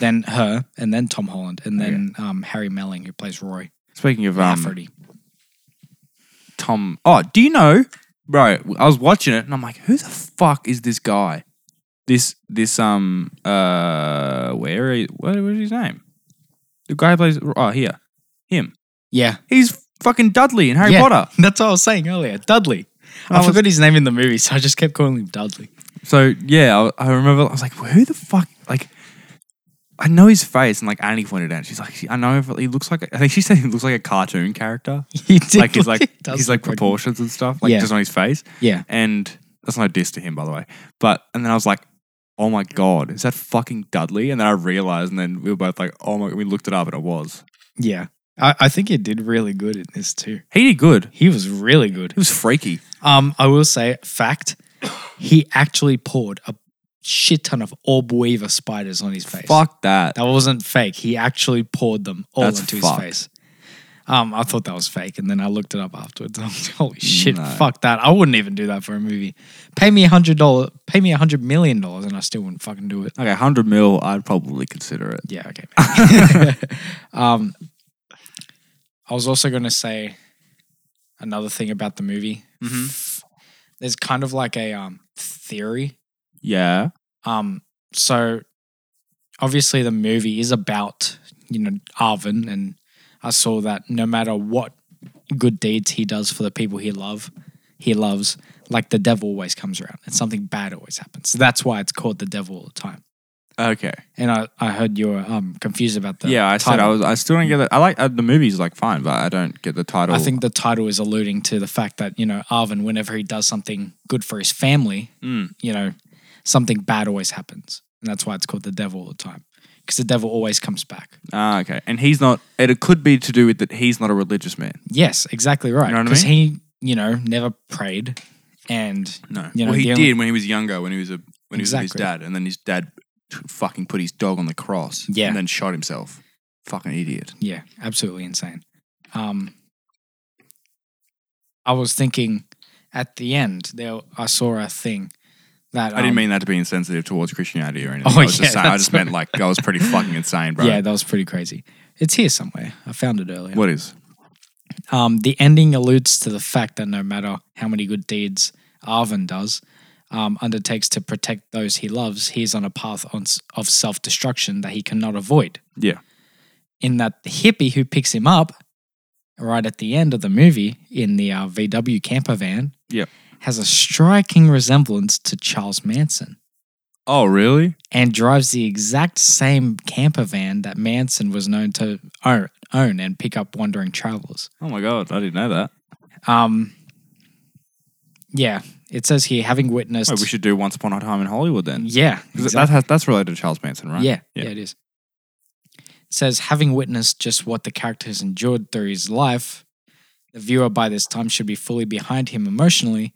B: then her, and then Tom Holland, and then um, Harry Melling, who plays Roy
A: Speaking of um,
B: Lafferty.
A: Tom. Oh, do you know, bro? I was watching it and I'm like, who the fuck is this guy? This this um uh where are you, what what is his name? The guy who plays oh here, him.
B: Yeah, *laughs*
A: He's fucking Dudley in Harry
B: Yeah.
A: Potter.
B: that's what I was saying earlier. Dudley.
A: I
B: I,
A: was-
B: forgot his name in the movie, so I just kept calling him Dudley. *laughs*
A: So yeah, I, I remember I was like, who the fuck? Like, I know his face, and like Annie pointed out, she's like, I know he looks like. I think she said he looks like a cartoon character.
B: *laughs* He did
A: Like he's like
B: does
A: he's like
B: look
A: proportions and stuff, like
B: Yeah.
A: just on his face.
B: Yeah.
A: And that's not a diss to him, by the way. But and then I was like, oh my god, is that fucking Dudley? And then I realized, and then we were both like, oh my, we looked it up, and it was.
B: Yeah. I, I think he did really good in this too.
A: He did good.
B: He was really good.
A: He was freaky.
B: Um, I will say, fact, he actually poured a shit ton of orb weaver spiders on his face.
A: Fuck that.
B: That wasn't fake. He actually poured them all
A: That's
B: into
A: fucked.
B: his face. Um, I thought that was fake, and then I looked it up afterwards. *laughs* I'm like, Holy shit,
A: No.
B: fuck that! I wouldn't even do that for a movie. Pay me a hundred dollar, pay me a hundred million dollars, and I still wouldn't fucking do it.
A: Okay, hundred mil, I'd probably consider it.
B: Yeah, okay. *laughs* maybe. um, I was also going to say another thing about the movie.
A: Mm-hmm.
B: There's kind of like a um, theory.
A: Yeah.
B: Um, so obviously the movie is about you know Arvin, and I saw that no matter what good deeds he does for the people he love, he loves, like the devil always comes around, and something bad always happens. So that's why it's called the devil all the time.
A: Okay.
B: And I, I heard you were um, confused about the
A: yeah, I said I
B: title.
A: was. I still don't get that. I like uh, the movie's like fine, but I don't get the title.
B: I think the title is alluding to the fact that, you know, Arvin, whenever he does something good for his family,
A: Mm.
B: you know, something bad always happens. And that's why it's called the devil all the time. Because the devil always comes back.
A: Ah, okay. And he's not. and It could be to do with that he's not a religious man.
B: Yes, exactly right.
A: know what I
B: Because he, you know, never prayed. And
A: No.
B: You know,
A: well, he
B: the
A: did
B: only-
A: when he was younger. When he was a when he was with his
B: Exactly.
A: dad, and then his dad t- fucking put his dog on the cross.
B: Yeah.
A: And then shot himself. Fucking idiot.
B: yeah, absolutely insane. Um, I was thinking at the end, there I saw a thing that
A: I
B: um,
A: didn't mean that to be insensitive towards Christianity or anything.
B: Oh,
A: I was
B: yeah,
A: just saying, I
B: that's
A: just meant like I was pretty
B: *laughs*
A: fucking insane, bro.
B: Yeah, that was pretty crazy. It's here somewhere. I found it earlier.
A: What is?
B: Um, the ending alludes to the fact that no matter how many good deeds Arvin does, um, undertakes to protect those he loves, he is on a path on, of self destruction that he cannot avoid.
A: Yeah.
B: In that the hippie who picks him up right at the end of the movie in the uh, VW camper van
A: Yep.
B: has a striking resemblance to Charles Manson
A: Oh, really?
B: and drives the exact same camper van that Manson was known to own, own and pick up wandering travelers.
A: Oh my god, I didn't know that.
B: Um, yeah, it says here having witnessed.
A: Wait, we should do Once Upon a Time in Hollywood then.
B: *laughs* yeah,
A: Because
B: exactly.
A: that has, that's related to Charles Manson, right?
B: yeah,
A: Yeah.
B: yeah, it is. It says having witnessed just what the character has endured through his life, the viewer by this time should be fully behind him emotionally,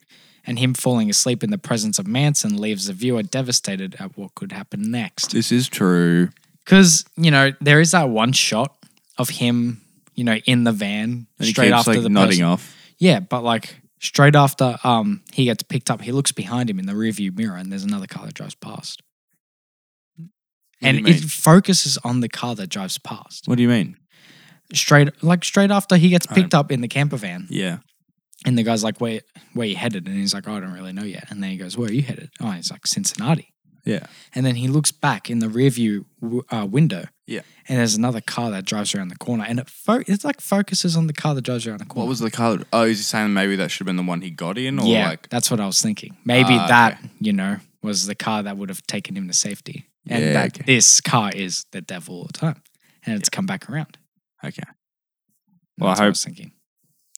B: and him falling asleep in the presence of Manson leaves the viewer devastated at what could happen next.
A: This is true.
B: Because you know there is that one shot of him, you know, in the van
A: And he
B: straight
A: keeps,
B: after
A: like,
B: the
A: nodding
B: person-
A: off.
B: Yeah, but like straight after um he gets picked up, he looks behind him in the rearview mirror, and there's another car that drives past,
A: What
B: and
A: do you
B: it
A: mean?
B: focuses on the car that drives past.
A: What do you mean?
B: Straight like straight after he gets
A: I
B: picked up in the camper van,
A: Yeah.
B: and the guy's like, "Where where you headed?" And he's like, "Oh, "I don't really know yet." And then he goes, "Where are you headed?" Oh, he's like, "Cincinnati."
A: Yeah.
B: And then he looks back in the rearview w- uh, window.
A: Yeah.
B: And there's another car that drives around the corner, and it fo- it's like focuses on the car that drives around the corner.
A: What was the color? Oh, is he saying maybe that should have been the one he got in? Or
B: yeah,
A: like,
B: that's what I was thinking. Maybe
A: Ah,
B: that you know was the car that would have taken him to safety, and
A: Yeah,
B: that
A: okay.
B: this car is the devil all the time, and it's come back around.
A: okay. Well, I
B: That's what
A: hope-
B: was thinking.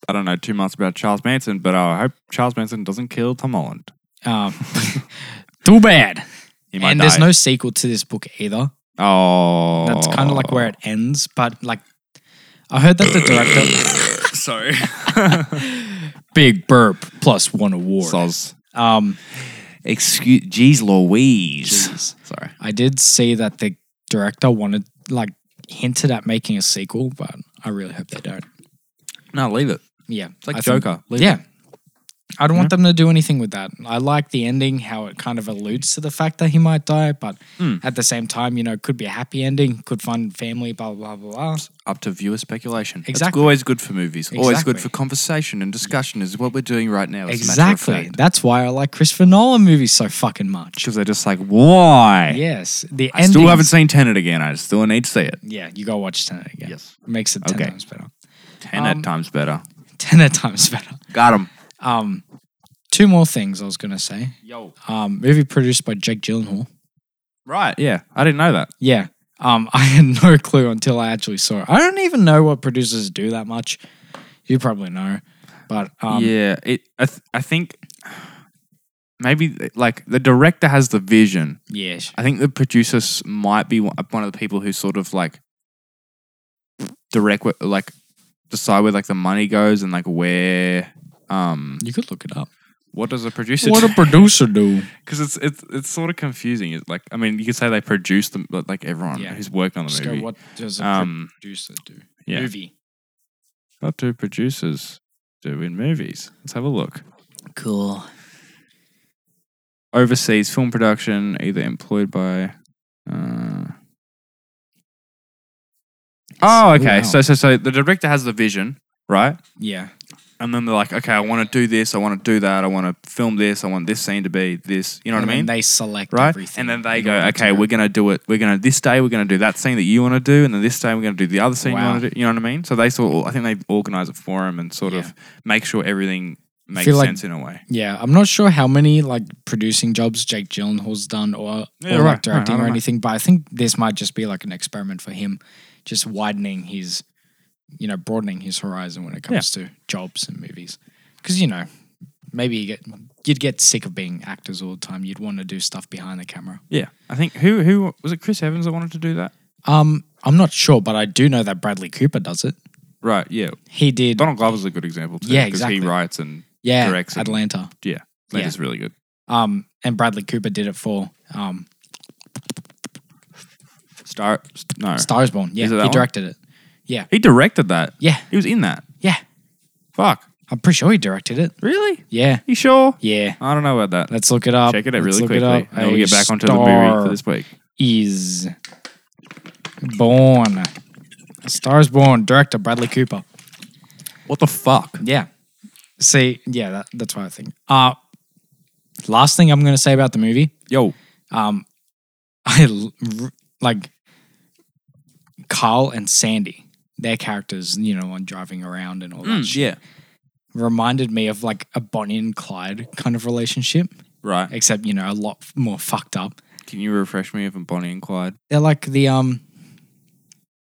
A: I don't know too much about Charles Manson, but I hope Charles Manson doesn't kill Tom Holland.
B: Um, *laughs*
A: *laughs*
B: too bad.
A: He might
B: And
A: die.
B: there's no sequel to this book either.
A: Oh.
B: That's kind of like where it ends. But like, I heard that the
A: *coughs* *laughs*
B: director *laughs*
A: Sorry.
B: Big Burp plus one award.
A: Soz.
B: Um,
A: Excuse. Jeez Louise.
B: jeez.
A: Sorry.
B: I did see that the director wanted like hinted at making a sequel, but I really hope they don't.
A: No, leave it.
B: Yeah,
A: It's like
B: I think-
A: Joker. leave it.
B: Yeah, I don't want them to do anything with that. I like the ending, how it kind of alludes to the fact that he might die, but
A: Mm.
B: at the same time, you know, could be a happy ending, could find family, blah, blah, blah, blah.
A: Up to viewer speculation. It's
B: Exactly.
A: always good for movies. Always good
B: Exactly.
A: for conversation and discussion is what we're doing right now. as a matter of
B: Exactly.
A: fact.
B: That's why I like Christopher Nolan movies so fucking much.
A: Because they're just like, why?
B: Yes. The
A: I still haven't
B: endings-
A: seen Tenet again. I still need to see it.
B: Yeah, you go watch Tenet again.
A: Yes.
B: It makes it 10
A: Okay.
B: times better. *laughs*
A: Tenet
B: Um,
A: times better.
B: 10 times better.
A: Got him.
B: Um, two more things I was going to say.
A: Yo.
B: Um, movie produced by Jake Gyllenhaal.
A: Right. Yeah. I didn't know that.
B: Yeah. Um, *laughs* I had no clue until I actually saw it. I don't even know what producers do that much. You probably know, but um,
A: yeah, it. I, th- I think maybe like the director has the vision.
B: yeah,
A: I think the producers might be one one of the people who sort of like direct, wh- like decide where like the money goes and like where. Um,
B: you could look it up.
A: what does a producer?
B: *laughs*
A: *laughs*
B: producer do?
A: Because it's it's it's sort of confusing. It's like I mean, you could say they produce them, but like everyone
B: Yeah.
A: who's working on the
B: Just go.
A: movie.
B: What does a
A: Um,
B: producer do?
A: yeah.
B: Movie.
A: What do producers do in movies? Let's have a look.
B: Cool.
A: overseas film production, either employed by. Uh... Oh, okay.
B: wow.
A: So, so, so the director has the vision, right?
B: Yeah.
A: And then they're like, okay, I want to do this, I want to do that, I want to film this, I want this scene to be this. You know
B: and
A: what I
B: then
A: mean?
B: They select
A: right?
B: everything.
A: And then they
B: in
A: go,
B: order to
A: okay, we're gonna do it. We're gonna this day we're gonna do that scene that you want to do, and then this day we're gonna do the other scene you
B: Wow.
A: want to do. You know what I mean? So they sort, of, I think they organize it for him and sort of make sure everything makes
B: feel like-
A: sense in a way.
B: Yeah, I'm not sure how many like producing jobs Jake Gyllenhaal's done or,
A: Yeah, right, right,
B: or like
A: I
B: directing
A: don't
B: or
A: know.
B: anything, but I think this might just be like an experiment for him, just widening his, you know, broadening his horizon when it comes to jobs and movies. Because you know, maybe you get you'd get sick of being actors all the time. You'd want to do stuff behind the camera.
A: Yeah, I think who who was it? Chris Evans that wanted to do that.
B: Um, I'm not sure, but I do know that Bradley Cooper does it.
A: Right. Yeah.
B: He did,
A: Donald Glover's a good example too.
B: Yeah,
A: 'cause
B: exactly.
A: He writes and
B: yeah,
A: directs it.
B: Atlanta.
A: that
B: Yeah.
A: is really good.
B: Um, and Bradley Cooper did it for um,
A: Star. st- No.
B: Star Is Born. Yeah,
A: Is it
B: he
A: that one?
B: directed it.
A: He directed that.
B: Yeah.
A: He was in that.
B: Yeah,
A: Fuck.
B: I'm pretty sure he directed it.
A: Really?
B: Yeah,
A: You sure?
B: yeah.
A: I don't know about that.
B: Let's look it up.
A: Check it out
B: Let's
A: really
B: look
A: quickly,
B: up.
A: and then we'll
B: A
A: get back onto the
B: star
A: movie for this week.
B: Is born. A Star is born. Director Bradley Cooper.
A: What the fuck?
B: Yeah. See, yeah, that, that's what I think. Uh last thing I'm going to say about the movie.
A: Yo.
B: Um, *laughs* I l- r- like Carl and Sandy. Their characters, you know, on driving around and all that shit,
A: Hmm, yeah.
B: reminded me of like a Bonnie and Clyde kind of relationship,
A: Right.
B: except you know a lot f- more fucked up.
A: Can you refresh me if I'm Bonnie and Clyde?
B: They're like the um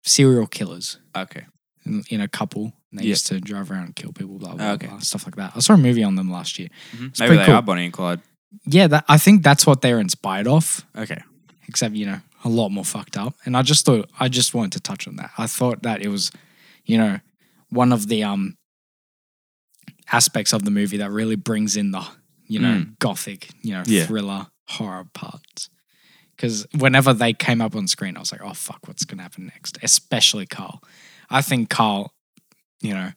B: serial killers
A: Okay.
B: in, in a couple. And they
A: Yeah. Ah,
B: used to drive around and kill people, blah blah,
A: Okay.
B: blah stuff like that. I saw a movie on them last year. It's
A: Maybe
B: pretty
A: they
B: cool.
A: are Bonnie and Clyde.
B: Yeah, that, I think that's what they're inspired off,
A: Okay.
B: except you know a lot more fucked up. And I just thought I just wanted to touch on that. I thought that it was, you know, one of the um aspects of the movie that really brings in the you know gothic, you know
A: Mm. Yeah.
B: thriller horror parts. Because whenever they came up on screen, I was like, oh fuck, what's gonna happen next? Especially Carl. I think Carl, you know,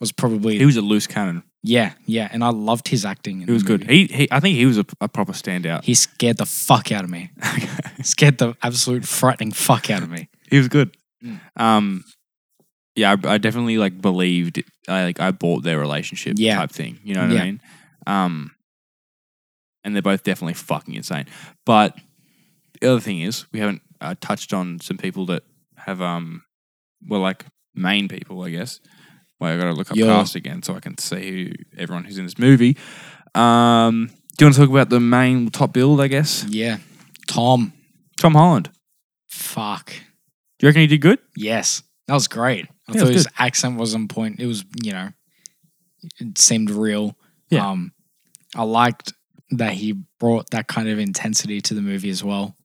B: was probably
A: He was a loose cannon.
B: yeah yeah, and I loved his acting. in
A: He was
B: the
A: good.
B: movie.
A: He, he I think he was a, a proper standout.
B: He scared the fuck out of me. *laughs* scared the absolute frightening fuck out of me.
A: He was good.
B: Mm.
A: Um, yeah, I, I definitely like believed. I like I bought their relationship
B: Yeah.
A: type thing. You know what
B: Yeah.
A: I mean? Um, and they're both definitely fucking insane. But the other thing is, we haven't uh, touched on some people that have um, were like main people, I guess. Wait, I gotta look up
B: Yeah.
A: cast again so I can see who, everyone who's in this movie. Um, do you want to talk about the main top build? I guess
B: Yeah, Tom.
A: Tom Holland.
B: Fuck.
A: Do you reckon he did good?
B: Yes, that was great. I
A: Yeah, it
B: thought
A: was
B: his accent was on point. It was, you know, it seemed real.
A: Yeah.
B: Um, I liked that he brought that kind of intensity to the movie as well.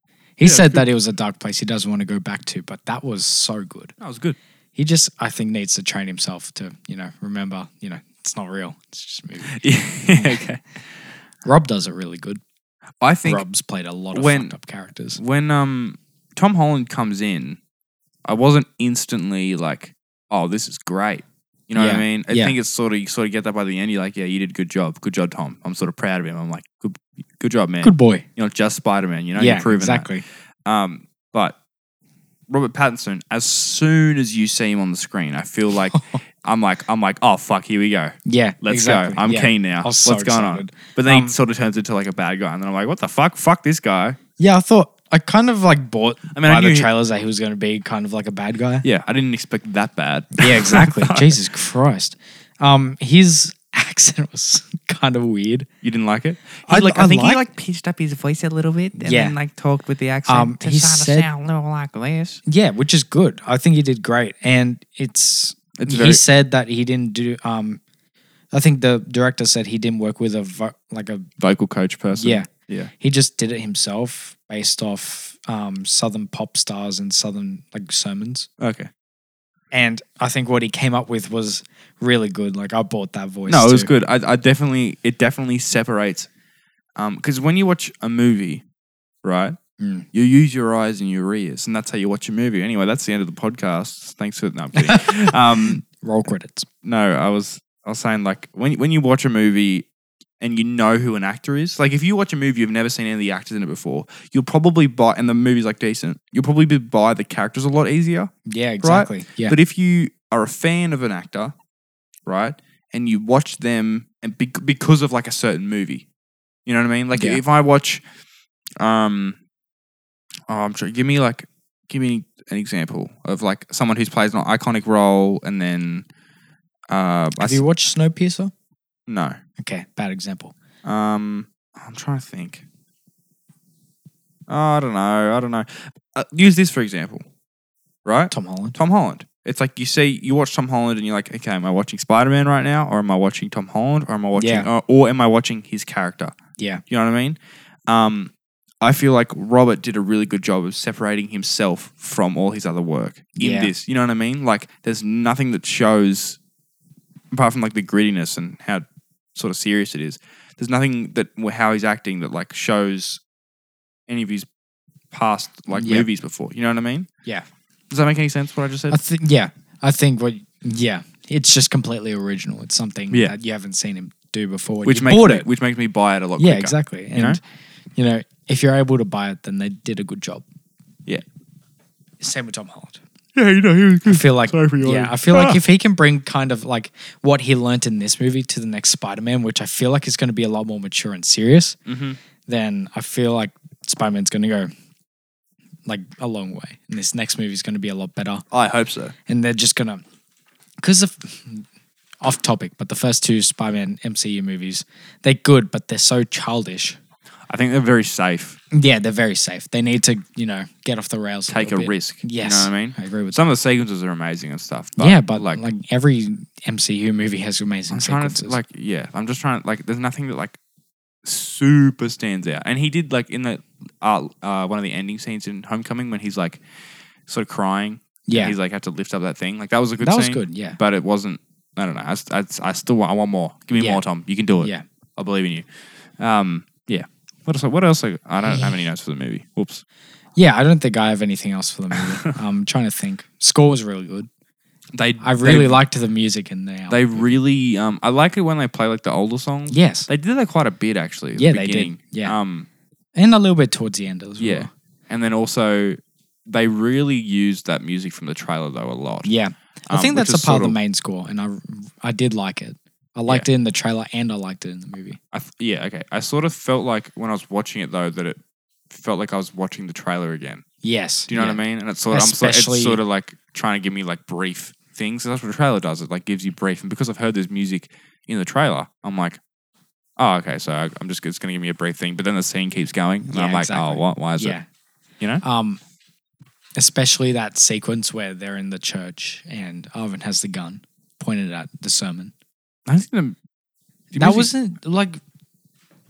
A: Yeah, it
B: He
A: was
B: said
A: good.
B: that it was a dark place he doesn't want to go back to, but that was so good.
A: That was good.
B: He just, I think, needs to train himself to, you know, remember, you know, it's not real. It's
A: *laughs*
B: just a movie.
A: *laughs* yeah, okay.
B: Rob does it really good.
A: I think
B: Rob's played a lot of
A: when-
B: fucked up characters.
A: when um Tom Holland comes in, I wasn't instantly like, "Oh, this is great." You know what
B: Yeah.
A: I mean? I
B: Yeah.
A: think it's sort of you sort of get that by the end. You're like, yeah, you did good job, good job, Tom. I'm sort of proud of him. I'm like, good, good job, man.
B: Good boy.
A: You're not just Spider Man. You know,
B: yeah,
A: you're proving that.
B: exactly.
A: Um, but Robert Pattinson, as soon as you see him on the screen, I feel
B: *laughs*
A: like I'm like I'm like, oh fuck, here we go.
B: Yeah,
A: Let's
B: exactly.
A: go. I'm
B: yeah.
A: keen now.
B: I was so
A: What's going
B: excited.
A: on? But then
B: Um,
A: he sort of turns into like a bad guy, and then I'm like, what the fuck? Fuck this guy.
B: Yeah, I thought I kind of like bought
A: I mean, I
B: by
A: knew
B: the
A: he-
B: trailers that he was going to be kind of like a bad guy.
A: Yeah, I didn't expect that bad.
B: *laughs*
A: *laughs*
B: Yeah, exactly. Jesus Christ. Um, his *laughs* accent was kind of weird.
A: you didn't like it?
B: I- I like-
C: pitched up his voice a little bit and
B: Yeah.
C: then like talked with the accent
B: Um,
C: to
B: he
C: sort of
B: said-
C: sound a little like this.
B: Yeah, which is good. I think he did great, and it's,
A: It's
B: he
A: very-
B: said that he didn't do. Um, I think the director said he didn't work with a vo- like a
A: Vocal coach person.
B: yeah.
A: yeah.
B: He just did it himself based off um southern pop stars and southern like sermons.
A: Okay.
B: And I think what he came up with was really good. Like I bought that voice.
A: No, it was
B: too.
A: good. I, I definitely, it definitely separates. Um, because when you watch a movie, right,
B: Mm.
A: you use your eyes and your ears, and that's how you watch a movie. Anyway, that's the end of the podcast. Thanks for no, I'm
B: *laughs*
A: kidding. um, *laughs*
B: Roll credits.
A: no, I was, I was saying like when when you watch a movie and you know who an actor is, like if you watch a movie you've never seen any of the actors in it before, you'll probably buy, and the movie's like decent, you'll probably be buy the characters a lot easier.
B: Yeah, exactly. Yeah.
A: But if you are a fan of an actor, right, and you watch them and bec- because of like a certain movie, you know what I mean? Like
B: Yeah.
A: if I watch, um, oh, I'm sure. Give me like, give me an example of like someone who's plays an iconic role, and then, uh, I
B: Have you
A: s-
B: watched Snowpiercer?
A: no,
B: Okay, bad example.
A: um, I'm trying to think. I don't know. I don't know. Uh, use this for example, right?
B: Tom Holland.
A: Tom Holland. It's like you see, you watch Tom Holland, and you're like, okay, am I watching Spider Man right now, or am I watching Tom Holland, or am I watching,
B: Yeah.
A: or, or am I watching his character?
B: Yeah.
A: You know what I mean? Um, I feel like Robert did a really good job of separating himself from all his other work in
B: Yeah.
A: this. You know what I mean? Like, there's nothing that shows, apart from like the grittiness and how sort of serious it is. There's nothing that how he's acting that like shows any of his past like
B: Yeah.
A: movies before. You know what I mean?
B: Yeah.
A: Does that make any sense? What I just said?
B: I think yeah. I think what yeah. It's just completely original. It's something
A: Yeah.
B: that you haven't seen him do before.
A: which
B: you
A: makes
B: bought
A: me,
B: it.
A: which makes me buy it a lot.
B: yeah,
A: quicker.
B: exactly. And
A: you know?
B: you know, if you're able to buy it, then they did a good job.
A: Yeah.
B: Same with Tom Holland.
A: Yeah, you know, he was *laughs*
B: I feel like
A: Sorry for yawning.
B: yeah, I
A: *laughs*
B: feel like if he can bring kind of like what he learnt in this movie to the next Spider-Man, which I feel like is going to be a lot more mature and serious,
A: Mhm.
B: then I feel like Spider-Man's going to go like a long way, and this next movie is going to be a lot better.
A: I hope so.
B: and they're just gonna because of off topic, but the first two Spider-Man MCU movies, they're good, but they're so childish.
A: I think they're very safe.
B: Yeah, they're very safe. They need to, you know, get off the rails.
A: Take a
B: little bit.
A: risk.
B: Yes,
A: You know what I mean?
B: I agree with
A: Some of the sequences are amazing and stuff.
B: that. yeah, but like, every MCU movie has amazing
A: I'm trying
B: sequences.
A: to like yeah, I'm just trying to like there's nothing that like super stands out. And he did like in the uh, uh one of the ending scenes in Homecoming when he's like sort of crying.
B: yeah,
A: He's like had to lift up that thing. Like that was a good
B: that was
A: scene,
B: good. Yeah,
A: But it wasn't I don't know. I, I, I still want I want more. Give me
B: Yeah.
A: more, Tom. You can do it.
B: yeah.
A: I believe in you. Um, yeah. What else? What else? I I don't have any notes for the movie. Whoops.
B: Yeah, I don't think I have anything else for the
A: *laughs*
B: movie. I'm trying to think. Score was really good.
A: They.
B: I really
A: they,
B: liked the music in there.
A: They really. Um, I like it when they play like the older songs.
B: yes,
A: They did that quite a bit actually. at the
B: Yeah, they did.
A: beginning.
B: Yeah.
A: Um.
B: and a little bit towards the end as well.
A: Yeah. And then also, they really used that music from the trailer though a lot.
B: Yeah. I
A: Um,
B: think
A: which
B: that's a
A: is
B: part
A: sort
B: of the
A: of-
B: main score, and I I did like it. I liked it in the trailer, and I liked it in the movie.
A: I th- yeah. Okay. I sort of felt like when I was watching it though that it felt like I was watching the trailer again.
B: Yes.
A: Do you know
B: yeah.
A: what I mean? And it's sort of, I'm sort,
B: Especially-
A: it's sort of like trying to give me like brief things. That's what a trailer does. It like gives you brief. And because I've heard there's music in the trailer, I'm like, oh, okay. So I- I'm just, it's going to give me a brief thing. But then the scene keeps going. And
B: Yeah,
A: I'm like, oh,
B: exactly.
A: why, why is
B: Yeah.
A: it? You know?
B: Um, especially that sequence where they're in the church and Arvin has the gun pointed at the sermon.
A: I think the, the
B: that
A: music-
B: wasn't like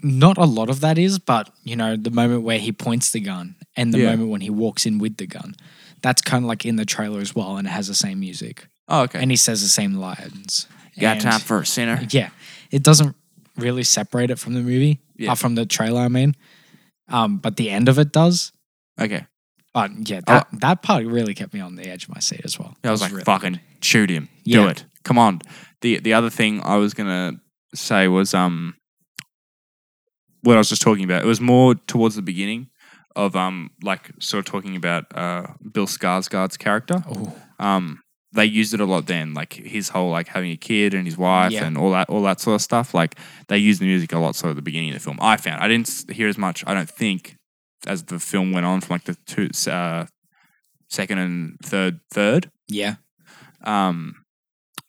B: not a lot of that is, but you know the moment where he points the gun and the
A: Yeah.
B: moment when he walks in with the gun. That's kind of like in the trailer as well, and it has the same music,
A: Oh, okay.
B: and he says the same lines.
A: Got
B: and-
A: time for a sinner.
B: Yeah, it doesn't really separate it from the movie,
A: Yeah.
B: uh, from the trailer. I mean, um, but the end of it does.
A: Okay.
B: But yeah, that, that part really kept me on the edge of my seat as well.
A: I was
B: It
A: like,
B: really-
A: fucking shoot him. Do
B: Yeah.
A: it. Come on. The the other thing I was gonna say was um what I was just talking about. It was more towards the beginning of um like sort of talking about uh Bill Skarsgård's character.
B: Oh,
A: Um they used it a lot then, like his whole like having a kid and his wife
B: Yeah.
A: and all that all that sort of stuff. Like they used the music a lot sort of the beginning of the film. I found I didn't s- hear as much. I don't think as the film went on from like the two uh, second and third third
B: yeah.
A: um,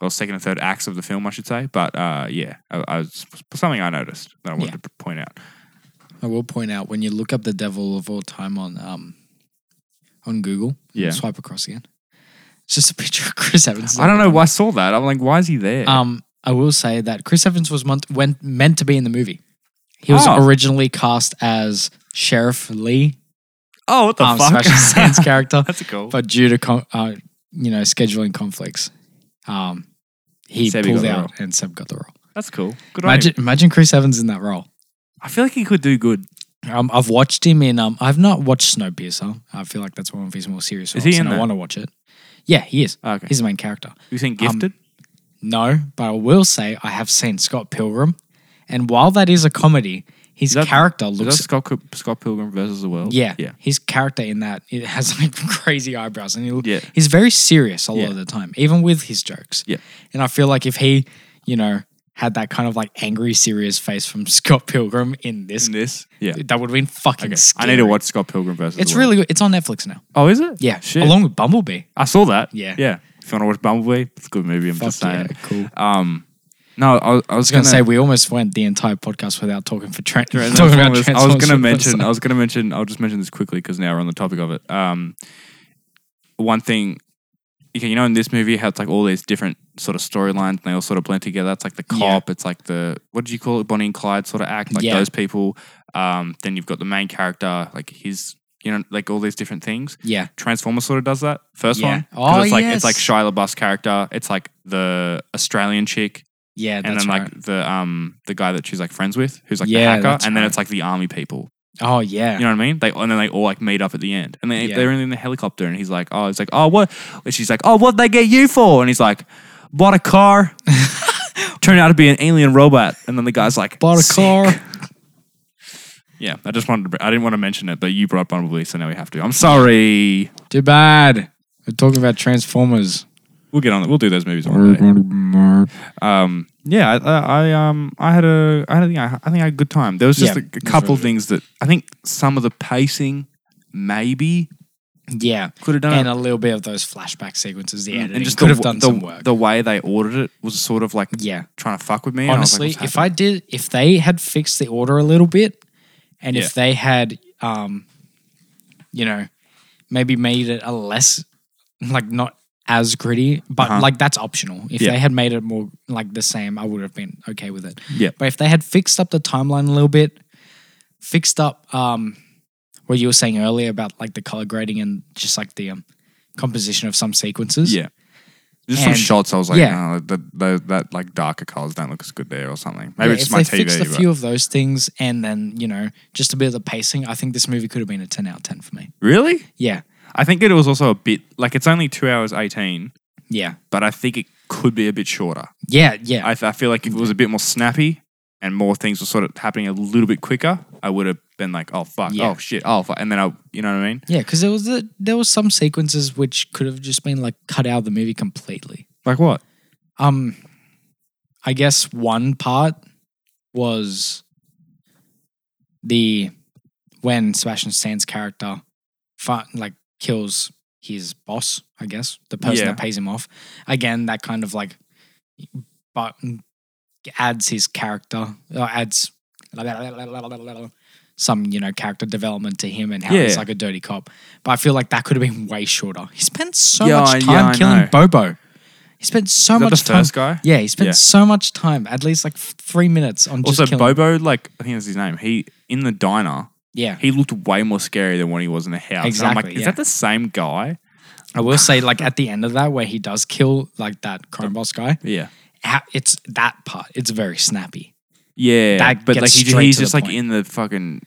A: well, second and third acts of the film, I should say. But uh, yeah, I, I was something I noticed that I wanted
B: Yeah.
A: to p- point out.
B: I will point out when you look up the devil of all time on um on Google,
A: Yeah.
B: swipe across again. It's just a picture of Chris Evans.
A: I don't know why I saw that. I'm like, why is he there?
B: Um, I will say that Chris Evans was meant, went, meant to be in the movie. He was
A: Oh.
B: originally cast as Sheriff Lee,
A: oh, what the
B: um,
A: fuck? *laughs*
B: Special Sans character,
A: That's cool.
B: but due to con- uh, you know scheduling conflicts, um, he
A: Seb got
B: pulled
A: the
B: out and Seb got the role.
A: That's cool. Good on
B: Imagine,
A: him.
B: imagine Chris Evans in that role.
A: I feel like he could do good.
B: Um, I've watched him in. Um, I've not watched Snowpiercer. I feel like that's one of his more serious
A: Is
B: roles,
A: he in
B: and I
A: that?
B: want to watch it. Yeah, he is.
A: Okay.
B: He's the main character.
A: you seen
B: Um,
A: Gifted?
B: No, but I will say I have seen Scott Pilgrim, and while that is a comedy, his
A: Is that-
B: character
A: is that
B: looks.
A: Scott, Coo- Scott Pilgrim versus the World?
B: yeah,
A: Yeah.
B: his character in that it has like *laughs* crazy eyebrows, and he look,
A: Yeah.
B: he's very serious a lot
A: Yeah.
B: of the time, even with his jokes.
A: Yeah.
B: and I feel like if he, you know, had that kind of like angry, serious face from *laughs* Scott Pilgrim in this,
A: In this? Yeah.
B: that would have been fucking.
A: Okay. I
B: Scary.
A: need to watch Scott Pilgrim versus
B: It's
A: the World.
B: really good. It's on Netflix now.
A: Oh, is it?
B: Yeah,
A: Shit.
B: along with Bumblebee.
A: I saw that.
B: Yeah.
A: Yeah. If you want to watch Bumblebee, it's a good movie. I'm
B: Fuck
A: just saying.
B: yeah, cool. I was
A: Um, no, I, was- I was
B: gonna,
A: going to
B: say we almost went the entire podcast without talking for Trent. *laughs*
A: Right,
B: talking about
A: Transformers. I was
B: Transformers
A: going to
B: for
A: mention.
B: the-
A: I
B: *laughs*
A: was going to mention. I'll just mention this quickly because now we're on the topic of it. Um, one thing, okay, you know, in this movie, how it's like all these different sort of storylines, and they all sort of blend together. It's like the
B: Yeah.
A: cop. It's like the what did you call it, Bonnie and Clyde sort of act, like
B: Yeah.
A: those people. Um, then you've got the main character, like his, you know, like all these different things.
B: yeah,
A: Transformer sort of does that first
B: Yeah.
A: one. 'Cause
B: Oh,
A: it's like
B: yes.
A: it's like Shia LaBeouf's character. It's like the Australian chick
B: yeah,
A: and
B: that's
A: then like
B: right.
A: the um the guy that she's like friends with, who's like
B: Yeah,
A: the
B: that's
A: hacker, and then
B: right.
A: it's like the army people.
B: oh yeah,
A: You know what I mean? They and then they all like meet up at the end, and they
B: Yeah.
A: they're in the helicopter, and he's like, oh, it's like, oh, what? And she's like, oh, what would they get you for? And he's like, bought a
B: *laughs*
A: car. Turned out to be an alien robot, and then the guy's like,
B: bought a
A: "Sick."
B: car.
A: *laughs* Yeah, I just wanted to. br- I didn't want to mention it, but you brought Bumblebee, so now we have to. I'm sorry.
B: Too bad. We're talking about Transformers.
A: We'll get on. it. We'll do those movies one
B: Mm-hmm.
A: day. um, yeah, I, I, I, um, I had a, I think I, I think I had a good time. There was just
B: Yeah,
A: a, a
B: that's
A: couple
B: really good.
A: things that I think some of the pacing maybe
B: Yeah,
A: could have done
B: and
A: it,
B: a little bit of those flashback sequences. The editing
A: Mm, and just
B: could
A: the,
B: have done
A: the,
B: some work.
A: the way they ordered it was sort of like
B: yeah,
A: trying to fuck with me. and I was like,
B: honestly,
A: "What's
B: if I
A: happening?"
B: did, if they had fixed the order a little bit, and
A: Yeah.
B: if they had, um, you know, maybe made it a less, like not as gritty, but
A: Uh-huh.
B: like that's optional. If
A: Yeah.
B: they had made it more like the same, I would have been okay with it.
A: yeah,
B: But if they had fixed up the timeline a little bit, fixed up um, what you were saying earlier about like the color grading and just like the um, composition of some sequences,
A: yeah, just some
B: And-
A: shots. I was like,
B: yeah.
A: oh, that, that, that like darker colors don't look as good there or something.
B: Yeah,
A: Maybe it's
B: if
A: just my
B: they fixed a
A: TV.
B: few
A: But.
B: of those things and then you know just a bit of the pacing, I think this movie could have been a ten out of ten for me.
A: Really,
B: Yeah,
A: I think that it was also a bit like it's only two hours eighteen,
B: yeah,
A: but I think it could be a bit shorter.
B: yeah, yeah.
A: I, I feel like if it was a bit more snappy and more things were sort of happening a little bit quicker, I would have been like, oh fuck,
B: Yeah.
A: oh shit, oh fuck, and then I, you know what I mean?
B: yeah, because there was a, there was some sequences which could have just been like cut out of the movie completely.
A: Like what?
B: Um, I guess one part was the when Sebastian Stan's character fi- like kills his boss. I guess the person
A: Yeah.
B: that pays him off. Again, that kind of like, but adds his character or adds some you know character development to him and how he's
A: Yeah.
B: like a dirty cop. But I feel like that could have been way shorter. He spent so
A: Yeah, I-
B: much
A: yeah,
B: time
A: I
B: killing
A: know.
B: Bobo. He spent so
A: Is that
B: much
A: the
B: time.
A: first guy?
B: Yeah, he spent
A: Yeah.
B: so much time, at least like f- three minutes on just
A: Also,
B: killing.
A: Bobo, like I think that's his name. He in the diner,
B: yeah,
A: he looked way more scary than when he was in the house. And I'm like,
B: Exactly,
A: is
B: yeah.
A: that the same guy?
B: I will say like at the end of that where he does kill like that crime boss guy,
A: Yeah,
B: ha- it's that part. It's very snappy.
A: yeah.
B: That
A: but
B: gets
A: like he,
B: straight
A: he's
B: to the
A: just like
B: point.
A: in the fucking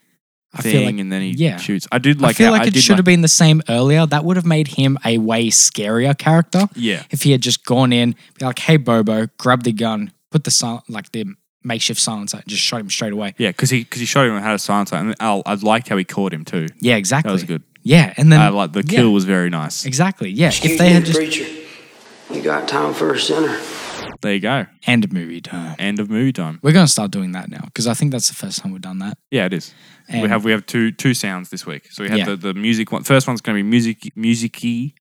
B: I feel
A: thing,
B: like
A: and then he
B: yeah.
A: shoots. I did like.
B: I feel
A: how-
B: like
A: I
B: it
A: did
B: should have been the same earlier. That would have made him a way scarier character
A: Yeah,
B: if he had just gone in, be like, "Hey Bobo, grab the gun, put the sil- like the makeshift silencer, and just shot him straight away."
A: yeah, because he because he showed him how to silence it, and I, I liked how he caught him too.
B: Yeah, exactly.
A: That was good.
B: Yeah, and then
A: I like the kill
B: yeah,
A: was very nice.
B: exactly. Yeah,
D: Excuse
B: if they
D: me,
B: had just
D: preacher. You got time for a sinner?
A: There you go.
B: end movie time.
A: End of movie time.
B: We're gonna start doing that now because I think that's the first time we've done that.
A: Yeah, it is. we
B: And-
A: have we have two two sounds this week. So we have
B: Yeah.
A: the, the music one. First one's going to be music musicy,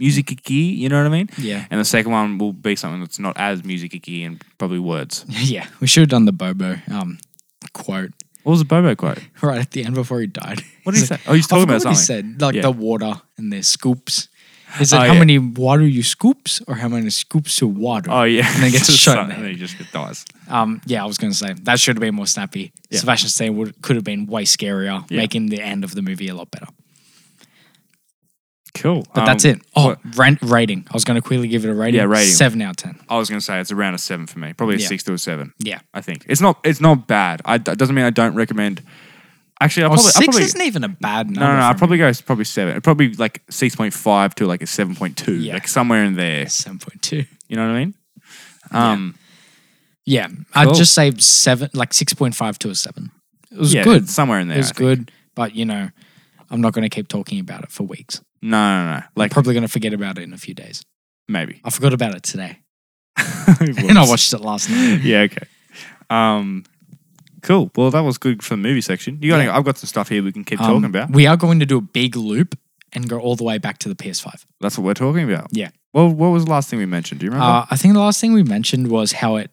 A: musicy. You know what I mean?
B: Yeah,
A: And the second one will be something that's not as musicy and probably words.
B: *laughs* yeah, we should have done the Bobo um quote *laughs*
A: What was the Bobo quote?
B: right at the end before he died.
A: What did he
B: He's
A: say?
B: like-
A: Oh, he's
B: I
A: talking
B: forgot
A: about
B: what he
A: something.
B: said like
A: Yeah.
B: the water and their scoops. Is it
A: Oh,
B: how
A: yeah.
B: many water you scoops or how many scoops of water?
A: Oh yeah,
B: And
A: *laughs*
B: then gets
A: Just
B: shot in
A: something,
B: the
A: And then he just dies.
B: Um, yeah, I was going to say that should have been more snappy.
A: Yeah.
B: Sebastian Stan would could have been way scarier,
A: Yeah.
B: making the end of the movie a lot better.
A: Cool.
B: But
A: Um,
B: that's it. Oh,
A: what-
B: rent rating. I was going to quickly give it a rating.
A: Yeah, rating.
B: Seven out of ten.
A: I was going to say it's around a seven for me, probably a
B: Yeah.
A: six to a seven.
B: Yeah.
A: I think it's not it's not bad. I, it doesn't mean I don't recommend. Actually, I
B: Oh,
A: probably,
B: six
A: I probably
B: isn't even a bad number.
A: no no, no I
B: for
A: probably go s- probably seven. Probably like six point five to like a seven point two,
B: Yeah.
A: like somewhere in there.
B: seven point two.
A: You know what I mean? Um,
B: Yeah, I'd
A: Cool.
B: just say seven, like six point five to a seven. It was
A: yeah,
B: good.
A: it's somewhere in there.
B: it was
A: I think.
B: good, but you know, I'm not going to keep talking about it for weeks.
A: No, no, no. Like
B: Probably going to forget about it in a few days.
A: maybe.
B: I forgot about it today, *laughs*
A: *laughs*
B: and I watched it last night.
A: yeah, okay. Um, cool. Well, that was good for the movie section. You got? any- I've got some stuff here we can keep talking
B: Um,
A: about.
B: We are going to do a big loop and go all the way back to the PS5.
A: That's what we're talking about.
B: Yeah.
A: Well, what was the last thing we mentioned? Do you remember?
B: Uh, I think the last thing we mentioned was how it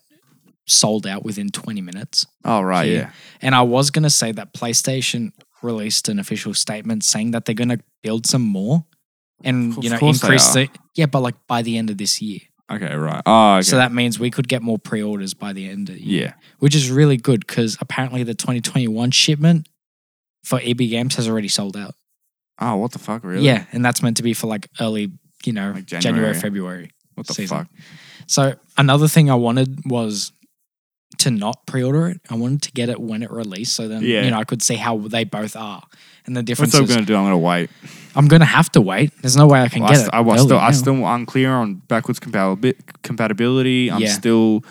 B: sold out within 20 minutes.
A: oh, right.
B: here.
A: Yeah.
B: And I was going to say that PlayStation released an official statement saying that they're going to build some more and
A: Of
B: you know
A: course they
B: increase
A: are.
B: the yeah, but like by the end of this year.
A: Okay. Right. Oh, okay.
B: So that means we could get more pre-orders by the end of the year,
A: yeah.
B: which is really good cuz apparently the 2021 shipment for EB Games has already sold out.
A: Oh, what the fuck? Really?
B: Yeah, and that's meant to be for like early, you know,
A: Like
B: January.
A: January.
B: February.
A: What the
B: season.
A: fuck?
B: So another thing I wanted was to not pre-order it. I wanted to get it when it released, so then
A: Yeah.
B: you know I could see how they both are and
A: What's
B: the
A: I'm
B: differences.
A: gonna do? I'm gonna wait.
B: I'm gonna have to wait. There's no way I can
A: Well, I,
B: get
A: st-
B: it.
A: I, was
B: early
A: still, I
B: now.
A: still unclear on backwards compatibi- compatibility. I'm
B: Yeah.
A: still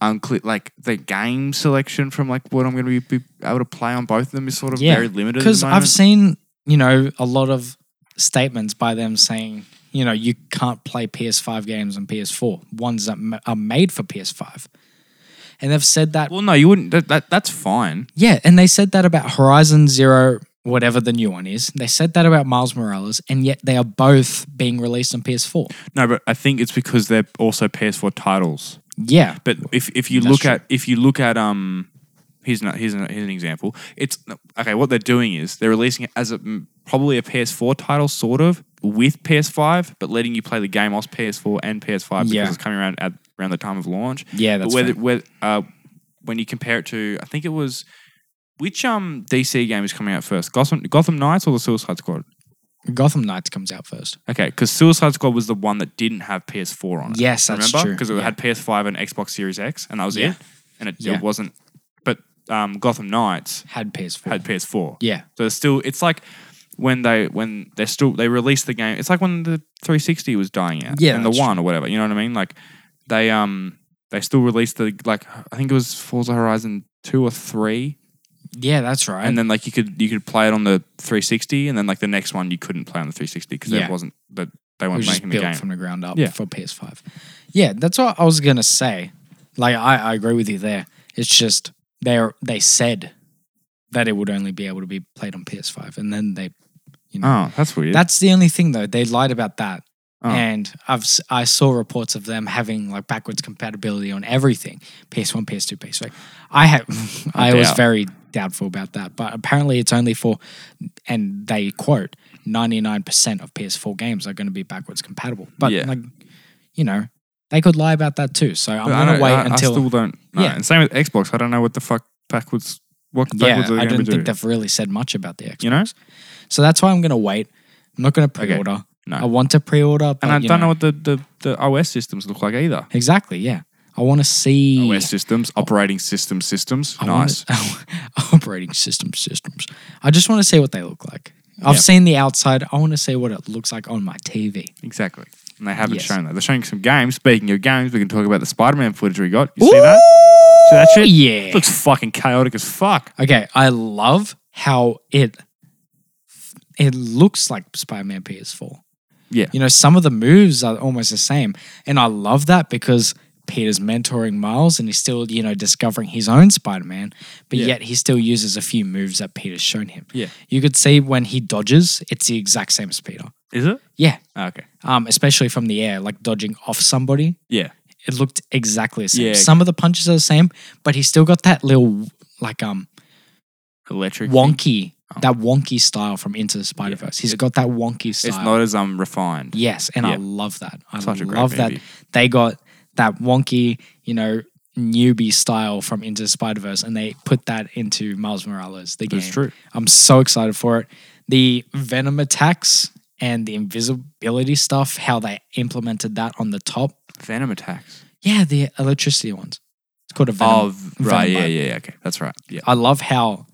A: unclear. Like the game selection from like what I'm gonna be, be able to play on both of them is sort of
B: yeah
A: very limited.
B: because
A: Because
B: I've seen you know a lot of statements by them saying you know you can't play PS5 games on PS4 ones that ma- are made for PS5, and they've said that
A: Well, no, you wouldn't. That, that that's fine.
B: Yeah, and they said that about Horizon Zero, whatever the new one is. They said that about Miles Morales, and yet they are both being released on PS4.
A: No, but I think it's because they're also PS4 titles.
B: Yeah,
A: But if if you
B: That's
A: look
B: true.
A: at if you look at um here's not here's, an here's an example. It's okay. What they're doing is they're releasing it as a mm, probably a PS4 title, sort of with PS5, but letting you play the game off PS4 and PS5 because
B: Yeah.
A: it's coming around at around the time of launch.
B: Yeah, that's
A: but whether,
B: fair.
A: whether uh, when you compare it to, I think it was which um DC game is coming out first, Gotham Gotham Knights or the Suicide Squad?
B: Gotham Knights comes out first.
A: Okay, because Suicide Squad was the one that didn't have PS4 on it.
B: Yes, that's true,
A: Because it
B: yeah.
A: had PS5 and Xbox Series X, and that was
B: Yeah.
A: it. And it,
B: Yeah.
A: it wasn't. But um, Gotham Knights
B: Had PS4.
A: had PS4.
B: yeah,
A: So it's still, it's like when they when they still they released the game. It's like when the 360 was dying out.
B: Yeah,
A: and the
B: that's true.
A: one or whatever. You know what I mean? Like they um they still released the like I think it was Forza Horizon two or three,
B: yeah, that's right.
A: and then like you could you could play it on the 360, and then like the next one you couldn't play on the 360 because
B: Yeah.
A: there wasn't that they
B: it
A: weren't
B: was just
A: making the
B: built
A: game.
B: from the ground up
A: Yeah.
B: for PS5. Yeah, that's what I was gonna say. Like, I, I agree with you there. It's just they are they said that it would only be able to be played on PS5, and then they, you know,
A: Oh, that's weird.
B: That's the only thing though. They lied about that.
A: Oh.
B: And I've s- I saw reports of them having like backwards compatibility on everything PS1, PS2, PS3. I have *laughs* I was
A: doubt.
B: very doubtful about that, but apparently it's only for and they quote 99% of PS4 games are going to be backwards compatible. But
A: Yeah.
B: like you know, they could lie about that too. So I'm
A: But I
B: going
A: don't-
B: to wait
A: I-
B: until
A: I still don't. Know.
B: Yeah.
A: And same with Xbox. I don't know what the fuck backwards. What
B: yeah,
A: backwards are
B: I
A: they going
B: don't
A: to do?
B: think they've really said much about the Xbox.
A: you know,
B: So that's why I'm going to wait. I'm not going to pre-order.
A: no.
B: I want to pre-order, but
A: and I
B: you
A: don't know, what the, the the OS systems look like either.
B: Exactly. Yeah. I want to see.
A: OS systems, operating system systems.
B: I wanna-
A: Oh, nice.
B: *laughs* operating system systems. I just want to see what they look like. I've
A: Yeah.
B: seen the outside. I want to see what it looks like on my TV.
A: Exactly. And they haven't
B: Yes.
A: shown that. They're showing some games. Speaking of games, we can talk about the Spider Man footage we got. You see that? See that
B: Ooh,
A: shit?
B: Oh, yeah.
A: Looks fucking chaotic as fuck.
B: Okay, I love how it it looks like Spider-Man PS4.
A: Yeah.
B: You know, some of the moves are almost the same, and I love that because Peter's mentoring Miles and he's still, you know, discovering his own Spider-Man, but
A: Yeah.
B: yet he still uses a few moves that Peter's shown him.
A: Yeah.
B: You could see when he dodges, it's the exact same as Peter.
A: Is it?
B: Yeah.
A: Okay.
B: Um, especially from the air, like dodging off somebody.
A: Yeah.
B: It looked exactly the same.
A: Yeah.
B: Some of the punches are the same, but he's still got that little like um
A: Electric. thing.
B: wonky,
A: Oh.
B: that wonky style from Into the Spider Verse. He's got that wonky style.
A: It's not as um refined.
B: yes, and I
A: Yeah.
B: love that. I
A: Such a great
B: love that
A: movie.
B: they got that wonky, you know, newbie style from Into the Spider Verse, and they put that into Miles Morales. The
A: That's
B: game.
A: true.
B: I'm so excited for it. The Venom attacks and the invisibility stuff, how they implemented that on the top.
A: Phantom attacks.
B: Yeah, the electricity ones. It's called a Venom.
A: Oh, v- right.
B: Venom
A: Yeah,
B: bite.
A: yeah, yeah. Okay. That's right. Yeah.
B: I love how,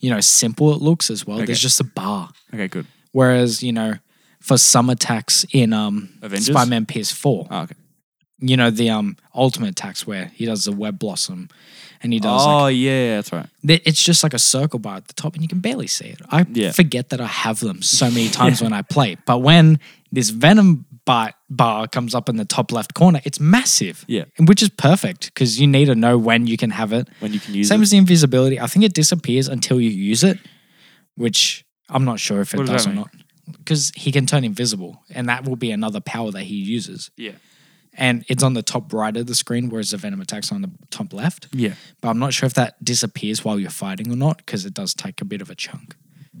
B: you know, simple it looks as well.
A: Okay.
B: There's just a bar.
A: Okay, good.
B: Whereas, you know, for some attacks in um
A: Avengers?
B: Spider Man PS4,
A: Oh, okay.
B: you know, the um ultimate attacks where he does the web blossom and he does
A: oh,
B: like
A: yeah, that's right.
B: th- it's just like a circle bar at the top and you can barely see it. I
A: Yeah.
B: forget that I have them so
A: *laughs*
B: many times when I play. But when this venom bite bar comes up in the top left corner, it's massive.
A: Yeah.
B: And which is perfect because you need to know when you can have it.
A: When you can use
B: Same
A: it.
B: as the invisibility. I think it disappears until you use it, which I'm not sure if it
A: What does
B: does,
A: that
B: or
A: mean?
B: not. Because he can turn invisible, and that will be another power that he uses.
A: Yeah.
B: And it's on the top right of the screen, whereas the Venom attack's on the top left.
A: Yeah.
B: But I'm not sure if that disappears while you're fighting or not, because it does take a bit of a chunk.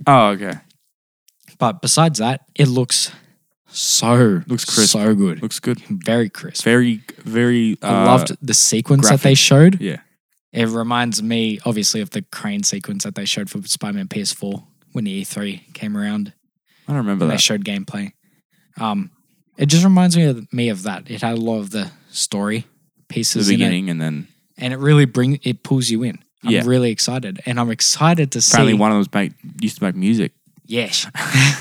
A: Oh, okay.
B: But besides that, it looks so
A: Looks crisp.
B: so good,
A: Looks good.
B: very crisp.
A: Very, very. Uh,
B: I loved the sequence
A: graphic.
B: that they showed.
A: Yeah.
B: It reminds me, obviously, of the crane sequence that they showed for Spider Man PS4 when the E3 came around
A: I don't remember
B: and they
A: that.
B: showed gameplay. Um, it just reminds me of, me of that. It had a lot of the story
A: The
B: pieces in it,
A: beginning, and then
B: and it really bring it pulls you in. I'm
A: Yeah.
B: really excited, and I'm excited to
A: apparently
B: see.
A: one of them make, used to make music. *laughs*
B: yes,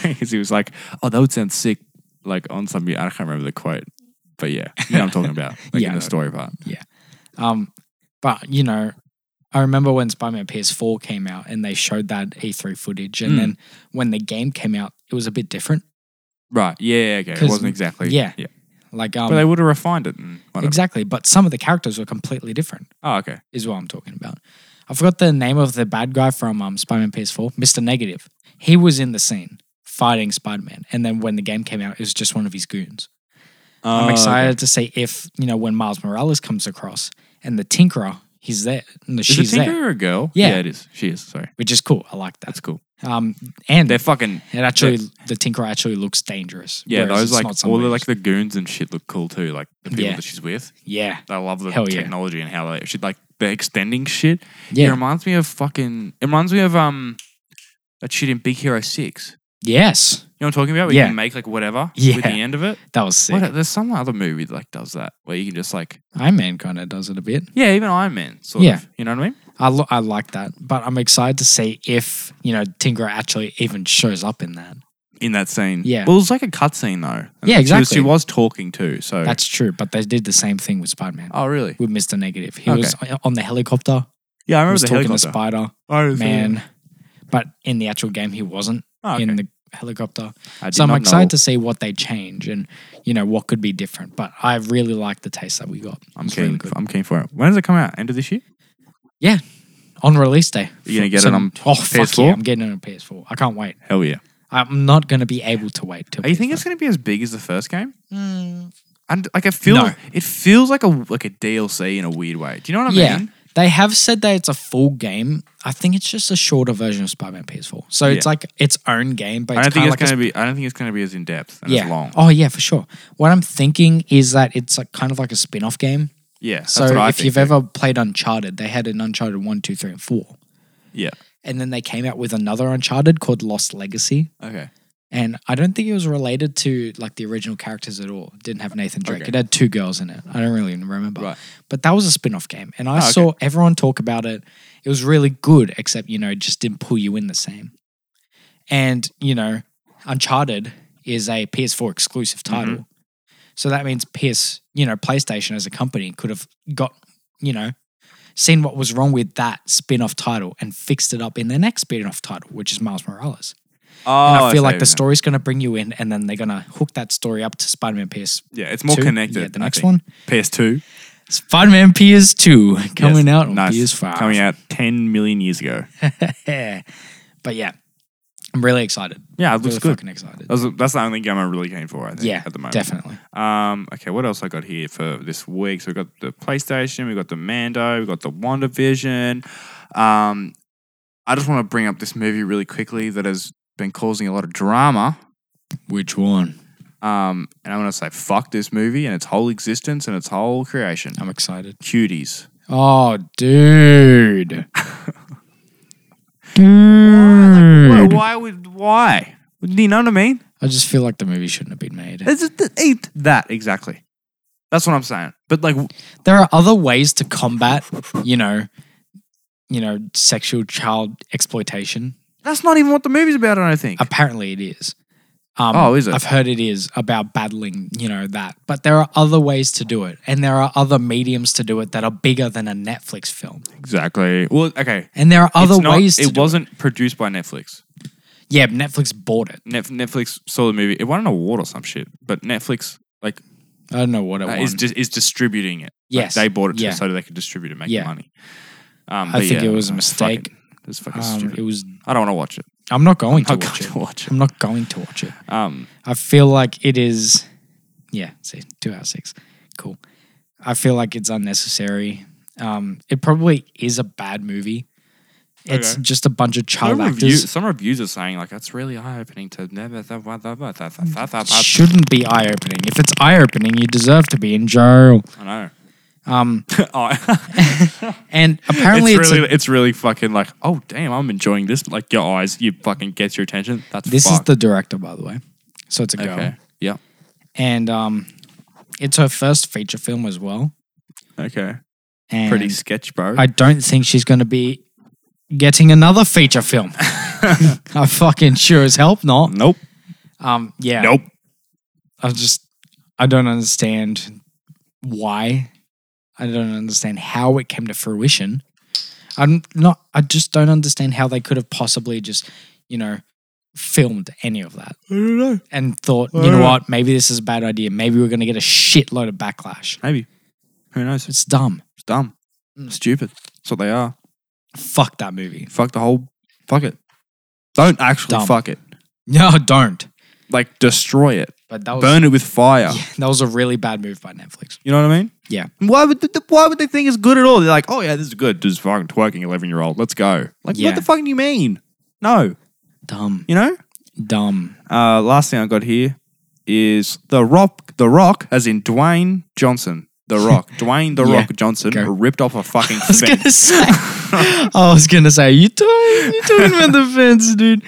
A: Because he was like, oh, that would sound sick, like on some, I can't remember the quote. But yeah, you know what I'm talking
B: *laughs*
A: about. Like
B: Yeah,
A: in
B: I know.
A: the story part.
B: um, but you know, I remember when Spider Man PS4 came out, and they showed that E3 footage, and
A: Mm.
B: then when the game came out, it was a bit different.
A: Right. Yeah, okay. It
B: 'Cause-
A: wasn't exactly.
B: yeah.
A: yeah.
B: Like, um,
A: But they would have refined it. And whatever.
B: exactly, but some of the characters were completely different.
A: Oh, okay.
B: is what I'm talking about. I forgot the name of the bad guy from um, Spider-Man PS4, Mr. Negative. He was in the scene fighting Spider-Man, and then when the game came out, it was just one of his goons.
A: Oh,
B: I'm
A: okay.
B: excited to see if you know when Miles Morales comes across and the Tinkerer, he's there, no,
A: Is
B: she's
A: it Tinker
B: there,
A: or a girl?
B: Yeah.
A: it is. She is. Sorry.
B: which is cool. I like that.
A: That's cool.
B: Um, and
A: They're
B: it
A: fucking.
B: actually, the Tinkerer actually looks dangerous.
A: Yeah,
B: whereas
A: those
B: it's
A: like
B: not
A: all
B: somebody
A: the
B: else.
A: like the goons and shit look cool too. Like the people
B: Yeah.
A: that she's with,
B: yeah,
A: I love the
B: Hell yeah.
A: technology and how they should like they're extending shit. It
B: yeah,
A: reminds me of fucking. It reminds me of um that shit in Big Hero Six.
B: yes,
A: You know what I'm talking about? Where
B: Yeah.
A: you can make like whatever
B: Yeah.
A: with the end of it.
B: that was sick.
A: What, there's some other movie that like does that where you can just like
B: Iron Man kind of does it a bit.
A: yeah, even Iron Man sort
B: Yeah.
A: of. You know what I mean?
B: I, lo- I like that, but I'm excited to see if you know Tingra actually even shows up in that.
A: In that scene.
B: Yeah.
A: Well, it was like a cutscene though. And
B: Yeah,
A: she was- She
B: exactly.
A: was talking too. So
B: That's true, but they did the same thing with Spider Man
A: Oh really?
B: with Mister Negative. He
A: Okay.
B: was o- on the helicopter.
A: Yeah, I
B: He
A: remember
B: was
A: the
B: talking
A: helicopter.
B: to
A: Oh,
B: Spider Man, but in the actual game, he wasn't
A: Oh, okay.
B: in the helicopter.
A: I did
B: So I'm
A: not
B: excited
A: know.
B: to see what they change and you know what could be different. But I really like the taste that we got.
A: I'm
B: It's
A: keen.
B: really good.
A: I'm keen for it. When does it come out? End of this year?
B: Yeah, on release day.
A: You gonna
B: F-
A: get it
B: some-
A: on
B: Oh fuck
A: PS4?
B: yeah! I'm getting it on PS4. I can't wait.
A: Hell yeah.
B: I'm not gonna be able to wait till.
A: Are you think
B: PS4.
A: it's going to be as big as the first game?
B: Hmm.
A: And like it feels,
B: No.
A: it feels like a like a DLC in a weird way. Do you know what I
B: yeah.
A: mean?
B: They have said that it's a full game. I think it's just a shorter version of Spider-Man PS4. So it's
A: Yeah.
B: like its own game, but
A: I
B: it's
A: don't think it's
B: kind of like a
A: going to
B: sp-
A: be. I don't think it's going to be as in depth and
B: yeah.
A: as long.
B: Oh yeah, for sure. What I'm thinking is that it's like kind of like a spin-off game.
A: Yeah. That's
B: So
A: what I
B: if
A: think
B: you've
A: too.
B: ever played Uncharted, they had an Uncharted 1, 2, 3, and 4.
A: yeah.
B: And then they came out with another Uncharted called Lost Legacy.
A: Okay.
B: And I don't think it was related to like the original characters at all. It didn't have Nathan Drake.
A: Okay.
B: It had two girls in it. I don't really remember.
A: Right.
B: But that was a spin-off game. And I
A: Oh, okay.
B: saw everyone talk about it. It was really good, except, you know, it just didn't pull you in the same. And, you know, Uncharted is a PS4 exclusive
A: Mm-hmm.
B: title. So that means PS, you know, PlayStation as a company could have got, you know, seen what was wrong with that spin-off title and fixed it up in their next spin-off title, which is Miles Morales.
A: Oh,
B: And I
A: see,
B: feel like the
A: yeah.
B: story's going to bring you in and then they're going to hook that story up to Spider-Man PS.
A: Yeah, it's more
B: Two?
A: connected.
B: Yeah, the
A: I
B: next
A: think.
B: one?
A: PS2
B: Spider-Man PS2 coming
A: Yes,
B: out on
A: nice.
B: PS5.
A: coming out ten million years ago.
B: but *laughs* yeah, I'm really excited.
A: Yeah, it looks
B: really
A: good.
B: fucking excited.
A: That's, that's the only game I'm really keen for. I think.
B: yeah,
A: at the moment.
B: definitely.
A: Um, okay, what else I got here for this week? So we got the PlayStation, we got the Mando, we got the WandaVision. Um, I just want to bring up this movie really quickly that has been causing a lot of drama.
B: Which one?
A: Um, and I'm going to say fuck this movie and its whole existence and its whole creation.
B: I'm excited.
A: Cuties.
B: Oh,
A: *laughs*
B: dude.
A: Why,
B: dude.
A: why would why? You know what I mean?
B: I just feel like the movie shouldn't have been made.
A: It's just, eat that exactly. That's what I'm saying. But like,
B: there are other ways to combat, you know, you know, sexual child exploitation.
A: that's not even what the movie's about. I don't think.
B: Apparently, it is. Um,
A: Oh, is it?
B: I've heard it is about battling, you know, that. But there are other ways to do it, and there are other mediums to do it that are bigger than a Netflix film,
A: Exactly. Well, okay.
B: and there are other
A: It's not-
B: ways. To
A: it
B: do
A: wasn't produced by Netflix.
B: Yeah, but Netflix bought it.
A: Netf- Netflix saw the movie. It won an award or some shit, but Netflix like
B: I don't know what it
A: uh,
B: was.
A: is di- is distributing it. Like,
B: Yes.
A: they bought it too,
B: Yeah.
A: so they could distribute and make
B: Yeah.
A: money. Um,
B: I
A: but
B: think
A: yeah,
B: it was a
A: it's
B: mistake.
A: fucking- It's fucking
B: Um,
A: stupid.
B: it was.
A: I don't want to watch it.
B: I'm not going to
A: I'm not
B: watch
A: going
B: it.
A: to watch it.
B: I'm not going to watch it.
A: Um,
B: I feel like it is. Yeah, see, two hours six. Cool. I feel like it's unnecessary. Um, it probably is a bad movie. It's
A: Okay.
B: just a bunch of child
A: some, review,
B: actors.
A: some reviews are saying like that's really eye opening to never. that- that- that- that- that- that- that- that."
B: Shouldn't be eye opening. If it's eye opening, you deserve to be in jail.
A: I know.
B: Um,
A: *laughs* Oh,
B: and
A: it's
B: apparently, it's, a-
A: really, it's really fucking like, oh damn, I'm enjoying this. Like your eyes, you fucking get your attention. That's
B: this is
A: fucked.
B: the director, by the way. So it's a girl,
A: okay. Yeah.
B: and um, it's her first feature film as well.
A: Okay.
B: And
A: Pretty sketch, bro.
B: I don't think she's going to be getting another feature film.
A: *laughs*
B: *laughs* I fucking sure as hell not.
A: nope.
B: Um, yeah.
A: Nope.
B: I just, I don't understand why. I don't understand how it came to fruition. I'm not, I just don't understand how they could have possibly just, you know, filmed any of that
A: I don't know.
B: and thought,
A: I
B: you know
A: don't know.
B: what, maybe this is a bad idea. Maybe we're going to get a shitload of backlash.
A: Maybe. Who knows? It's
B: It's dumb.
A: dumb. Stupid. That's what they are.
B: Fuck that movie.
A: Fuck the whole. Fuck it. Don't actually
B: Dumb.
A: fuck it.
B: No, don't.
A: Like destroy it.
B: But that was,
A: Burn it with fire.
B: Oh. yeah, *laughs* that was a really bad move by Netflix.
A: You know what I mean?
B: Yeah.
A: Why would th- why would they think it's good at all? They're like, oh yeah, this is good. This is fucking twerking eleven year old. Let's go. Like
B: Yeah.
A: what the fuck do you mean? No.
B: Dumb.
A: You know.
B: Dumb.
A: Uh, last thing I got here is the Rock. The Rock, as in Dwayne Johnson. The
B: *laughs*
A: Rock. Dwayne the
B: Yeah,
A: Rock Johnson
B: go.
A: ripped off a fucking
B: *laughs* I was
A: fence.
B: gonna say. I was gonna say you talking you talking about the fence, dude.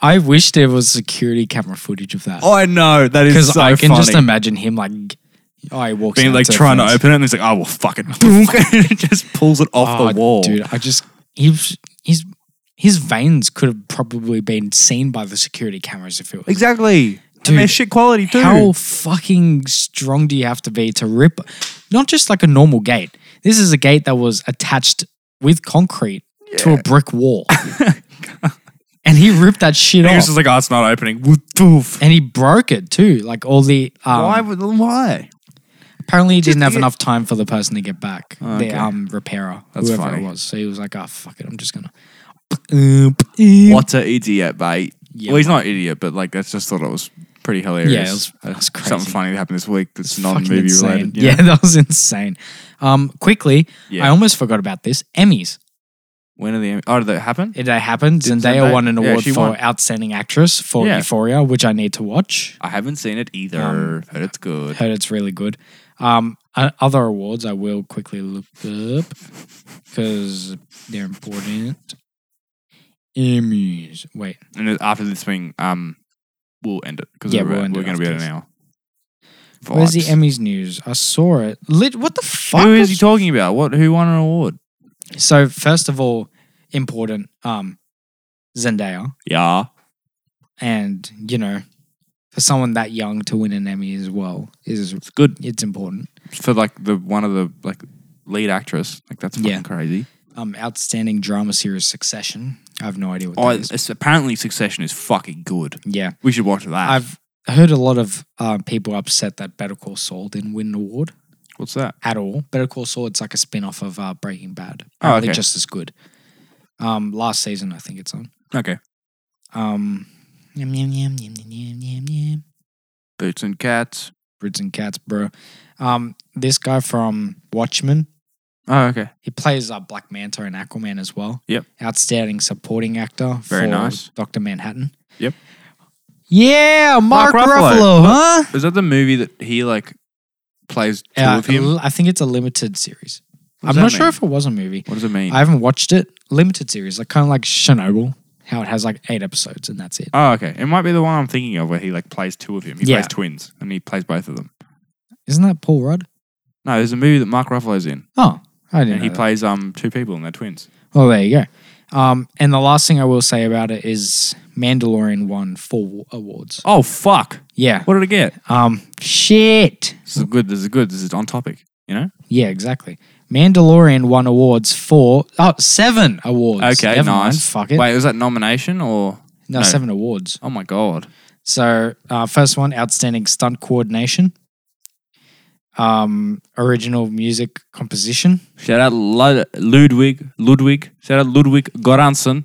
B: I wish there was security camera footage of that
A: I know that
B: *laughs* because
A: is Oh, so
B: I can
A: funny.
B: just imagine him like. Oh, he walks
A: being
B: out
A: like
B: the
A: trying to
B: fence.
A: open it, and he's like, "Oh well, fuck it," *laughs* and it just pulls it off
B: Oh,
A: the wall.
B: dude. I just he's he's his veins could have probably been seen by the security cameras if it was
A: Exactly,
B: Dude,
A: and they're shit quality too.
B: How fucking strong do you have to be to rip? Not just like a normal gate. This is a gate that was attached with concrete to a
A: *laughs*
B: brick wall. and he ripped that shit
A: And he
B: off.
A: was just like, "Oh, it's not opening." Woof, doof.
B: and he broke it too. Like all the um,
A: why? would- Why?
B: apparently he didn't
A: to
B: have
A: get-
B: enough time for the person to get back.
A: okay.
B: The um repairer,
A: That's
B: whoever
A: funny.
B: it was. So he was like, "Oh fuck it, I'm just gonna." *laughs* Yeah,
A: What an idiot, mate.
B: Yeah,
A: well, he's not an idiot, but like, that's just thought it was pretty hilarious.
B: Yeah, it was-
A: Uh,
B: that was
A: Something
B: crazy.
A: funny that happened this week that's
B: It's
A: not
B: fucking
A: movie
B: insane.
A: related. you
B: *laughs* Yeah,
A: know?
B: that was insane. Um, quickly,
A: Yeah.
B: I almost forgot about this. Emmys.
A: When are the? Oh, did that happen?
B: It happened.
A: Did
B: Zendaya
A: Zendaya-
B: won an
A: yeah,
B: award
A: she
B: for
A: won.
B: Outstanding Actress for
A: Yeah.
B: Euphoria, which I need to watch.
A: I haven't seen it either.
B: Um,
A: Heard it's good.
B: Heard it's really good. Um, o- other awards I will quickly look up because they're important. Emmys. Wait,
A: And then after this thing, um, we'll end it because
B: Yeah,
A: we're,
B: we'll end
A: we're
B: it
A: going to be at
B: after
A: an
B: this.
A: hour.
B: Where's the
A: Vibes.
B: Emmys news? I saw it. Lit- what the fuck?
A: Who is
B: was-
A: he talking about? What? Who won an award?
B: so first of all, important. Um, Zendaya,
A: Yeah,
B: and you know, for someone that young to win an Emmy as well is
A: it's good
B: it's important.
A: for like the one of the like lead actress. Like that's fucking
B: Yeah.
A: crazy.
B: Um, outstanding drama series Succession. I have no idea what
A: Oh,
B: that is.
A: it's, apparently Succession is fucking good.
B: Yeah,
A: We should watch that.
B: I've heard a lot of uh, people upset that Better Call Saul didn't win an award
A: What's that?
B: at all. Better Call Saul, it's like a spin off of uh, Breaking Bad.
A: Oh,
B: Apparently
A: okay.
B: just as good. Um, last season, I think it's on.
A: Okay,
B: Um, yum, yum, yum, yum, yum, yum, yum, yum.
A: Boots and Cats.
B: Brits and cats, bro. Um, this guy from Watchmen,
A: Oh, okay.
B: he plays uh, Black Manta and Aquaman as well.
A: Yep.
B: Outstanding supporting actor.
A: Very
B: for
A: nice.
B: Doctor Manhattan.
A: Yep.
B: Yeah, Mark,
A: Mark Ruffalo.
B: Ruffalo, huh?
A: Is that the movie that he like plays two
B: Uh,
A: of him?
B: l- I think it's a limited series.
A: What does
B: I'm
A: that
B: not sure
A: mean?
B: if it was a movie.
A: What does it mean?
B: I haven't watched it. Limited series, like kind of like Chernobyl, how it has like eight episodes and that's it.
A: oh, okay. It might be the one I'm thinking of where he like plays two of him. He
B: Yeah.
A: plays twins and he plays both of them.
B: Isn't that Paul Rudd?
A: No, there's a movie that Mark Ruffalo's in,
B: Oh, I didn't.
A: and
B: know
A: he
B: that.
A: plays um two people and they're twins.
B: Well, there you go. Um, and the last thing I will say about it is Mandalorian won four awards.
A: Oh fuck!
B: Yeah.
A: What did I get?
B: Um, shit.
A: This is good. This is good. This is on topic. You know.
B: Yeah, exactly. Mandalorian won awards for oh seven awards.
A: Okay,
B: Never mind,
A: nice.
B: Fuck it.
A: Wait, was that nomination or?
B: no,
A: no.
B: seven awards.
A: Oh my god!
B: So uh, first one, outstanding stunt coordination. Um, original music composition,
A: Shout out Lud- Ludwig. Ludwig. Shout out Ludwig Goransson.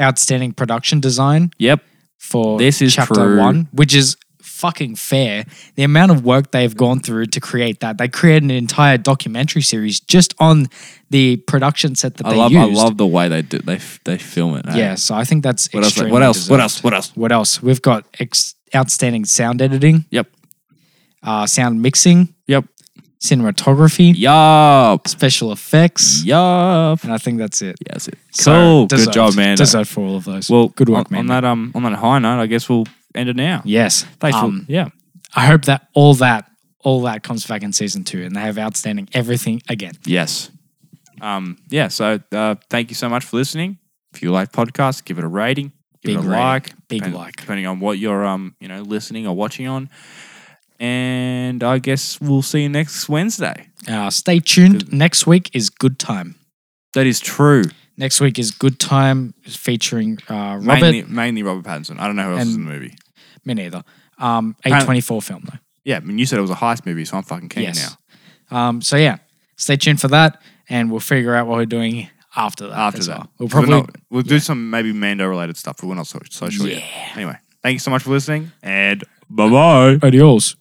B: outstanding production design
A: Yep.
B: for
A: This is
B: chapter
A: true.
B: one, which is fucking fair. The amount of work they've gone through to create that, they created an entire documentary series just on the production set that
A: I
B: they
A: love.
B: used.
A: I love the way they do. They f- they film it. eh?
B: Yeah, so I think that's
A: What else?
B: extremely
A: What else? What
B: deserved.
A: else? What else?
B: What else? We've got ex- outstanding sound editing,
A: Yep.
B: uh, sound mixing,
A: Yep.
B: cinematography,
A: Yup.
B: special effects,
A: Yup.
B: and I think that's it.
A: Yes. It.
B: So,
A: Cool. Good
B: deserved-
A: job, man.
B: Deserved for all of those.
A: Well,
B: good
A: on,
B: work, man.
A: on that um on that high note, I guess we'll end it now.
B: yes.
A: Thanks. for-
B: Um,
A: yeah.
B: I hope that all that all that comes back in season two, and they have outstanding everything again.
A: Yes. Um, yeah. So uh, thank you so much for listening. If you like podcasts, give it a rating, give
B: Big
A: it a
B: rating,
A: like,
B: big
A: depend-
B: like.
A: depending on what you're um you know listening or watching on. And I guess we'll see you next Wednesday.
B: Uh, stay tuned. Next week is good time.
A: That is true.
B: Next week is good time featuring uh, Robert.
A: Mainly, mainly Robert Pattinson. I don't know who else is in
B: And-
A: the movie.
B: Me neither. Um, A twenty four film though.
A: Yeah, I mean, you said it was a heist movie, so I'm fucking keen
B: Yes.
A: now.
B: Um, so yeah, stay tuned for that, and we'll figure out what we're doing after that.
A: After
B: as
A: that,
B: well. we'll
A: 'Cause we're
B: probably
A: not- we'll do some maybe Mando related stuff, but we're not so, so sure yet. Anyway, thank you so much for listening, and bye bye.
B: adios.